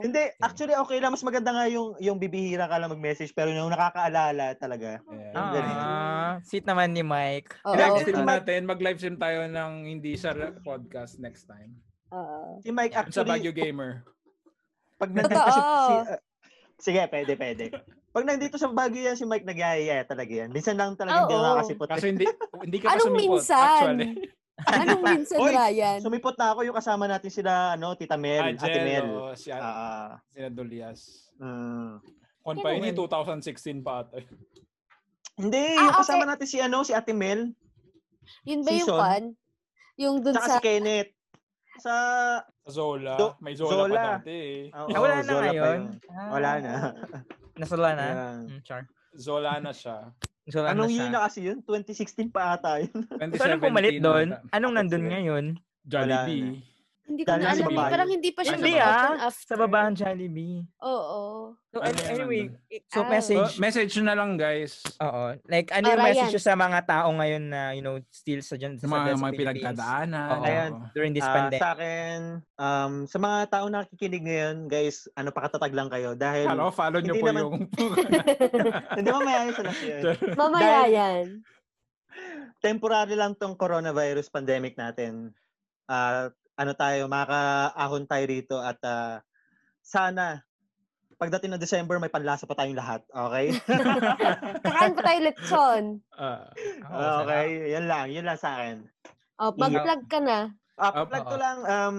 Hindi, actually okay lang. Mas maganda nga yung, yung bibihira ka lang mag-message pero yung nakakaalala talaga.
Ayan.
Ah.
Ah, sweet naman ni Mike.
Oo.
Live
Okay.
stream
Tama.
natin. Mag-live stream tayo ng hindi sa podcast next time.
Oo.
Si Mike
Sa Baguio
actually,
Gamer.
pag nandito siya,
Totoo.
si, ah, sige, pwede, pwede. Pag nandito sa Baguio yan, si Mike nagyayaya talaga yan. Minsan lang talaga hindi
Oo.
ako nakakasipot.
Kasi hindi, hindi ka pa
Anong
sumipot,
minsan?
actually.
Anong minsan,
Oy,
Ryan?
Sumipot na ako yung kasama natin sila, ano, Tita Mel, Ate
Angel,
Mel.
Ah, oo, si Ate
Ah,
sila Dolias.
mm.
Kung pa yun, eh,
Ganun.
2016 pa ata.
Ah,
Hindi, yung
okay.
kasama natin si ano, si Ate Mel,
Yun ba yung
season?
fun? Yung dun
tsaka
sa...
si Kenneth. Sa
Sa Zola.
Do-
May Zola,
Zola.
pa dati eh.
Oo,
Ah, wala na
oh, Zola pa
ngayon.
yun.
Ah,
Wala na.
Nasula na?
Ayan.
Mm, char.
Zola na siya.
Nasula
Anong
na siya.
year na kasi yun? 2016 pa ata yun.
So, anong pumalit
2017
doon?
ata.
Anong nandun ngayon?
Jollibee.
Hindi ko
Dahil
na
nasa
alam.
babae.
Parang hindi pa siya
Hindi,
nakaopen
ah.
after.
Sa babahan Jollibee.
Oo.
So,
Ano
an-
yung
anyway,
nandun?
i-
Ah.
so
So,
message.
message nyo na lang guys.
Oo. Like, ano
Oh,
yung message
Ryan.
nyo sa mga tao ngayon na, you know, still sa dyan
Sa mga,
sa sa
mga
Philippines
pinagdadaanan.
Oo.
Ayan.
oo.
during this
Ah,
pandemic?
sa akin, um, sa mga tao na nakikinig ngayon, guys, ano pakatatag lang kayo. Dahil,
Hello, follow nyo
Hindi
po
naman-
yung...
hindi mo mayayos lang siya.
Mamaya
Dahil-
yan.
Temporary lang tong coronavirus pandemic natin. Ah, ano tayo, makakaahon tayo rito at ah, sana pagdating ng December, may panlasa pa tayong lahat. Okay?
Sakain pa tayo lechon.
Ah.
Oo,
okay. Yan lang. Yan lang sa akin.
O, mag-plug Oh, ka na.
Ah,
Up,
plug ko
oo.
lang, um,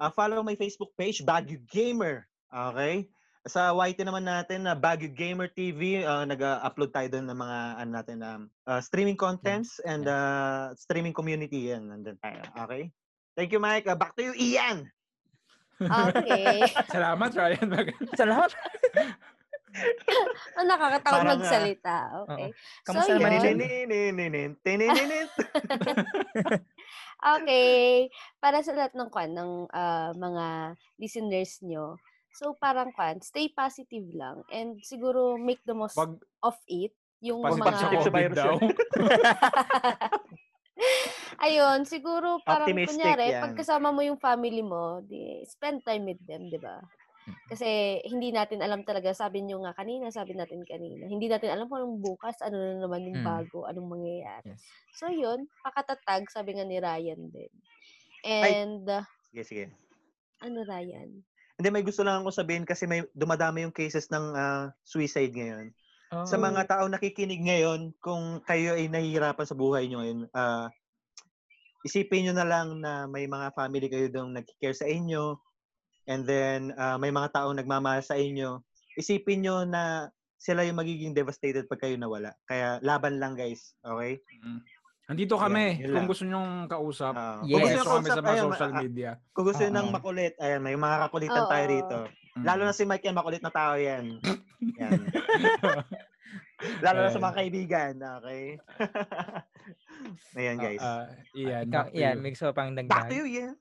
ah, follow my Facebook page, Baguio Gamer. Okay? Sa YT naman natin, na Baguio Gamer TV, ah, nag-upload tayo doon ng mga ano natin, um, ah, streaming contents and ah, streaming community. Yan, nandun tayo. Okay? Thank you, Mike. Ah, back to you, Ian!
Okay.
Salamat, Ryan.
salamat. Salamat.
Ang nakakatawa
Parang, ah,
magsalita. Okay.
Kamusta
So,
naman yun?
yun.
Tinininin, tinininin.
Okay. Para sa lahat ng kwan ng ah, mga listeners nyo, so parang kwan, stay positive lang and siguro make the most
Pag
of it. Yung
pasipat sa
Positive
mga...
ko.
COVID
virus
daw.
Ayun, siguro parang
Optimistic
kunyari,
yan.
pag kasama mo yung family mo, di, spend time with them, di ba? Kasi hindi natin alam talaga, sabi nyo nga kanina, sabi natin kanina, hindi natin alam kung anong bukas, ano na naman yung
Mm.
bago, anong mangyayari.
Yes.
So yun, pakatatag, sabi nga ni Ryan din.
Ay.
And, ah,
sige, sige.
ano Ryan?
Hindi, may gusto lang akong sabihin kasi may dumadami yung cases ng ah, suicide ngayon. sa
Oh.
Oo.
mga tao nakikinig ngayon, kung kayo ay nahihirapan sa buhay nyo ngayon, ah, isipin nyo na lang na may mga family kayo doon nag-care sa inyo, and then ah, may mga tao nagmamahal sa inyo. Isipin nyo na sila yung magiging devastated pag kayo nawala. Kaya laban lang guys, okay?
Andito Oh. kami.
Yan, yun
kung
lang.
gusto nyong kausap,
Ah,
Kung gusto
Yes.
Kung
nyo
gusto
kami
nyo
sa mga
kausap,
social
ayun, ma-
media. Mm.
kung gusto nyo
Oo.
ng makulit, ayan, may mga kakulitan tayo
Oo.
rito. Lalo na si Mike yan, makulit na tao yan. yan. Lalo na sa mga kaibigan, okay? Ayan
Ah,
guys.
Iyan.
Ikaw,
back to
yan,
you.
may gusto ka pang
Back to
dagdag.
you, Ian.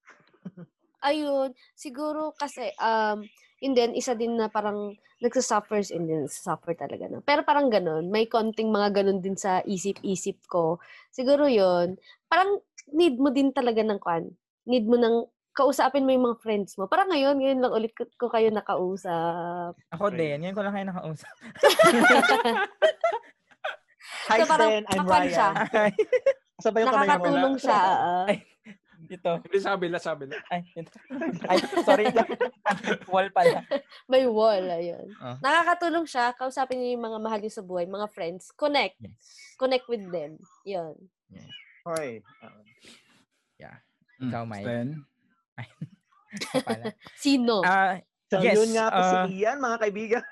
ayun, siguro kasi, um, and then, isa din na parang nagsasuffers and then suffer talaga na. Pero parang ganun, may konting mga ganun din sa isip-isip ko. Siguro yun, parang need mo din talaga ng kwan. Need mo ng kausapin mo yung mga friends mo. Parang ngayon, ngayon lang ulit ko, ko kayo nakausap.
Ako din, ngayon ko lang kayo nakausap.
Hi,
So, parang
Sen. I'm
makwan siya.
Ryan. Sabay yung kamay mo.
ah. Nakakatulong siya. oo.
Ito.
Hindi sabi la, sabi la.
Ay, ito. Ay, sorry. Wall pala.
May wall, ayun.
Ah.
Nakakatulong siya, kausapin niyo yung mga mahal niyo sa buhay, mga friends. Connect. Connect with them. Yun.
Hoy.
Ikaw, Mike.
Stan?
pala.
Sino?
Ah,
So,
Yes,
yun nga po
ah.
si Ian, mga kaibigan.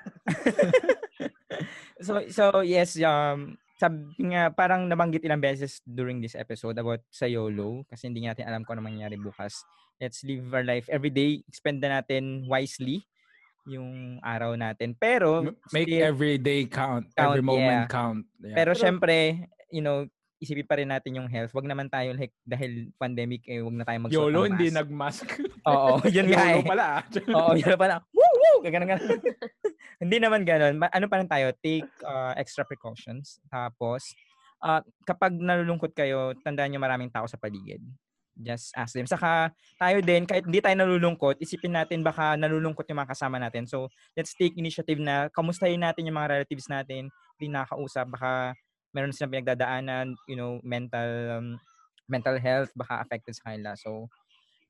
so so yes um sabi nga parang nabanggit ilang beses during this episode about sa YOLO kasi hindi natin alam kung ano mangyari bukas. Let's live our life every day. Spend na natin wisely yung araw natin. Pero
M- Make
still-
every day count.
Count,
every moment
yeah.
count. Yeah.
pero syempre, you know, isipin pa rin natin yung health. Wag naman tayo like dahil pandemic eh wag na tayo magsuot
YOLO,
ng
hindi
mask.
nagmask.
Oo, yun nga.
YOLO
eh.
pala. ah.
Oo, yun pala. Woo, woo! Ganun, ganun. Hindi naman ganun. Ma- Ano pa lang tayo? Take uh, extra precautions. Tapos, uh, kapag nalulungkot kayo, tandaan nyo maraming tao sa paligid. Just ask them. Saka, tayo din, kahit hindi tayo nalulungkot, isipin natin baka nalulungkot yung mga kasama natin. So, let's take initiative na kamustahin natin yung mga relatives natin, hindi nakausap, baka meron silang pinagdadaanan, you know, mental um, mental health, baka affected sa kanila. So,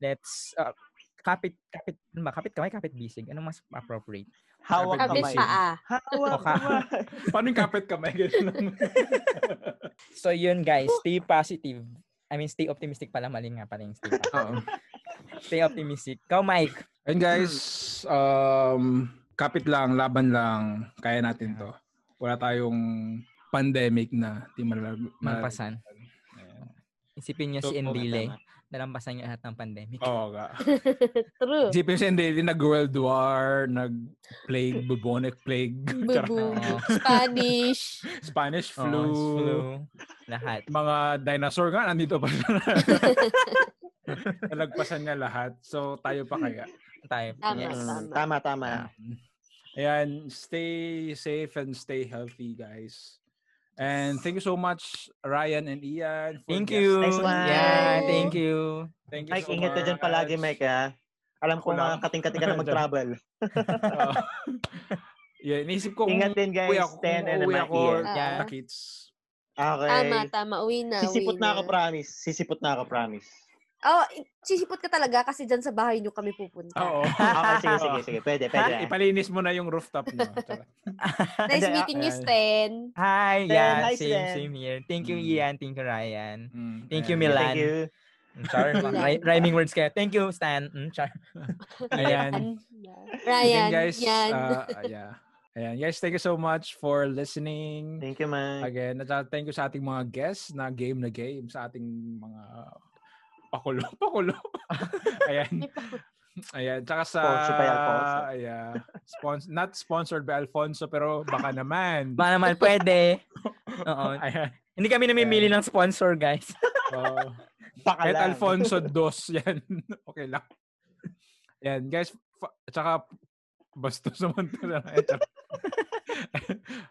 let's uh, kapit kapit ano ba kapit kamay kapit bisig ano mas appropriate
Hawak
Kapit ah.
kamay.
paa.
Hawak
Mukha.
kamay.
Paano yung kapit kamay? Ganun lang.
so yun guys stay positive I mean stay optimistic pala mali nga pala yung stay positive.
Oo.
stay optimistic Ikaw, Mike
And guys, um, kapit lang, laban lang, kaya natin to. Wala tayong pandemic na di malalag-
malampasan isipin niyo
Totoo,
si
Oh,
Endile
tama.
nalampasan niya lahat ng pandemic
Oo ka.
True.
Isipin siya hindi, hindi nag-world war, nag-plague, bubonic plague, charot.
Bubu.
Oo.
Spanish.
Spanish
Oo,
flu,
Oh, flu lahat
mga dinosaur nga, nandito pa siya. Nalagpasan niya lahat. So, tayo pa kaya.
tayo
Tama,
yes
Mm, Tama, tama.
Mm. Ayan, stay safe and stay healthy, guys. And thank you so much, Ryan and Ian. for
thank
guest-
you
Thanks, Mike.
yeah thank you
Thank you
Mike,
so
ingat ka dyan palagi,
much.
Mike, ah. ha? Alam ko
Ako lang.
mga kating-kating ka na mag-travel.
Oo. yeah, inisip ko
Ingat din, guys.
uwi ako, kung
Stan and
uwi
Mike
ako,
Ian.
Yeah.
yeah. kids.
Okay.
Ah, Tama, tama. Uwi na, uwi
Sisipot na ako, promise. Sisipot na ako, promise.
Oh, sisipot ka talaga kasi dyan sa bahay nyo kami pupunta.
Oo.
Okay, sige, sige, sige. Pwede, pwede. ah.
Ipalinis mo na yung rooftop mo.
Nice
Hindi,
meeting you,
ah,
Stan.
hi
Stan,
yeah
hi,
same
Stan.
same here thank you
Mm.
Ian thank you Ryan
Mm,
Thank you,
ayan.
Milan.
Thank you.
Mm, Char, Ry- rhyming words kaya. Thank you, Stan. Mm, char.
Ayan.
Ryan.
Ayan, guys.
yan.
uh, yeah. Ayan, guys, thank you so much for listening.
Thank you, Mike.
Again, at saka thank you sa ating mga guests na game na game, sa ating mga pakulo, pakulo. Ayan. Ayan, tsaka sa
Sponsored by Alfonso.
Ayan. Spons- not sponsored by Alfonso pero baka naman.
Baka naman pwede. Oo.
Ayan. Oh.
Hindi kami namimili ng sponsor, guys.
Oo.
Baka
Kahit
lang.
Alfonso Dos yan. okay lang. Yan, guys. Fa- tsaka, bastos naman to.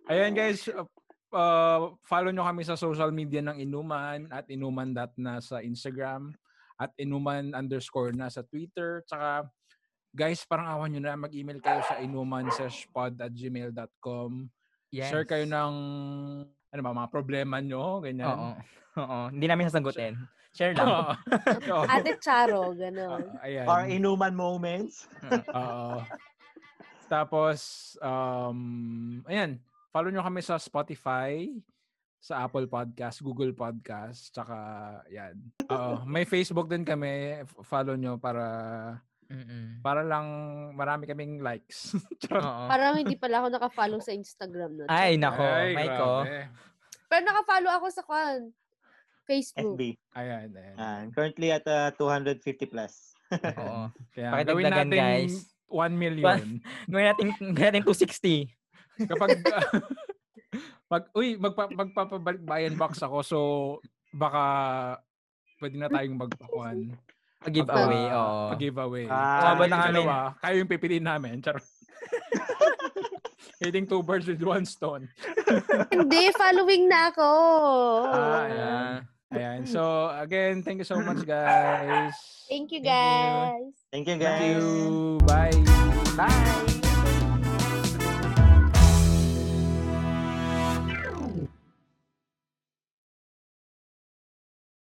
Ayan, guys. uh, uh, follow nyo kami sa social media ng Inuman at inuman.na sa Instagram at inuman underscore na sa Twitter. Tsaka, guys, parang awan nyo na. Mag-email kayo sa inuman-pod at gmail.com. Share kayo ng ano ba, mga problema nyo. Ganyan.
Oo. Oo. Hindi namin sasagutin. Share lang.
Oo. Oo.
Ate Charo, gano'n.
Ah, ayan.
Or inuman moments.
Oo. Tapos, um, ayan, follow nyo kami sa Spotify, sa Apple Podcast, Google Podcast, tsaka, yan. Oo. May Facebook din kami. F- Follow nyo para,
Mm-mm.
para lang marami kaming likes. Charot.
Oo.
Parang hindi pala ako nakafollow sa Instagram nun.
Ay, nako.
Ay,
Maiko.
grabe.
Pero nakafollow ako sa kwan. Facebook.
FB.
Ayan, ayan.
Ah, currently at ah, 250 plus.
Oo.
Kaya gawin
Pakidagdagan,
natin
guys.
1 million.
Gawin natin, gawin natin 260.
Kapag, mag, uy, magpa, magpapabalik bayan box ako, so, baka, pwede na tayong magpakuan.
A giveaway. Oo.
Pag-giveaway.
Ah,
Sabay
na
yung
kami.
dalawa, Kayo yung pipiliin namin. Charot. Hitting two birds with one stone.
Hindi, following na ako.
Ah, ayan. Ayan. So, again, thank you so much, guys.
Thank you,
Thank you.
guys.
Thank you, guys.
Thank you. Bye.
Bye.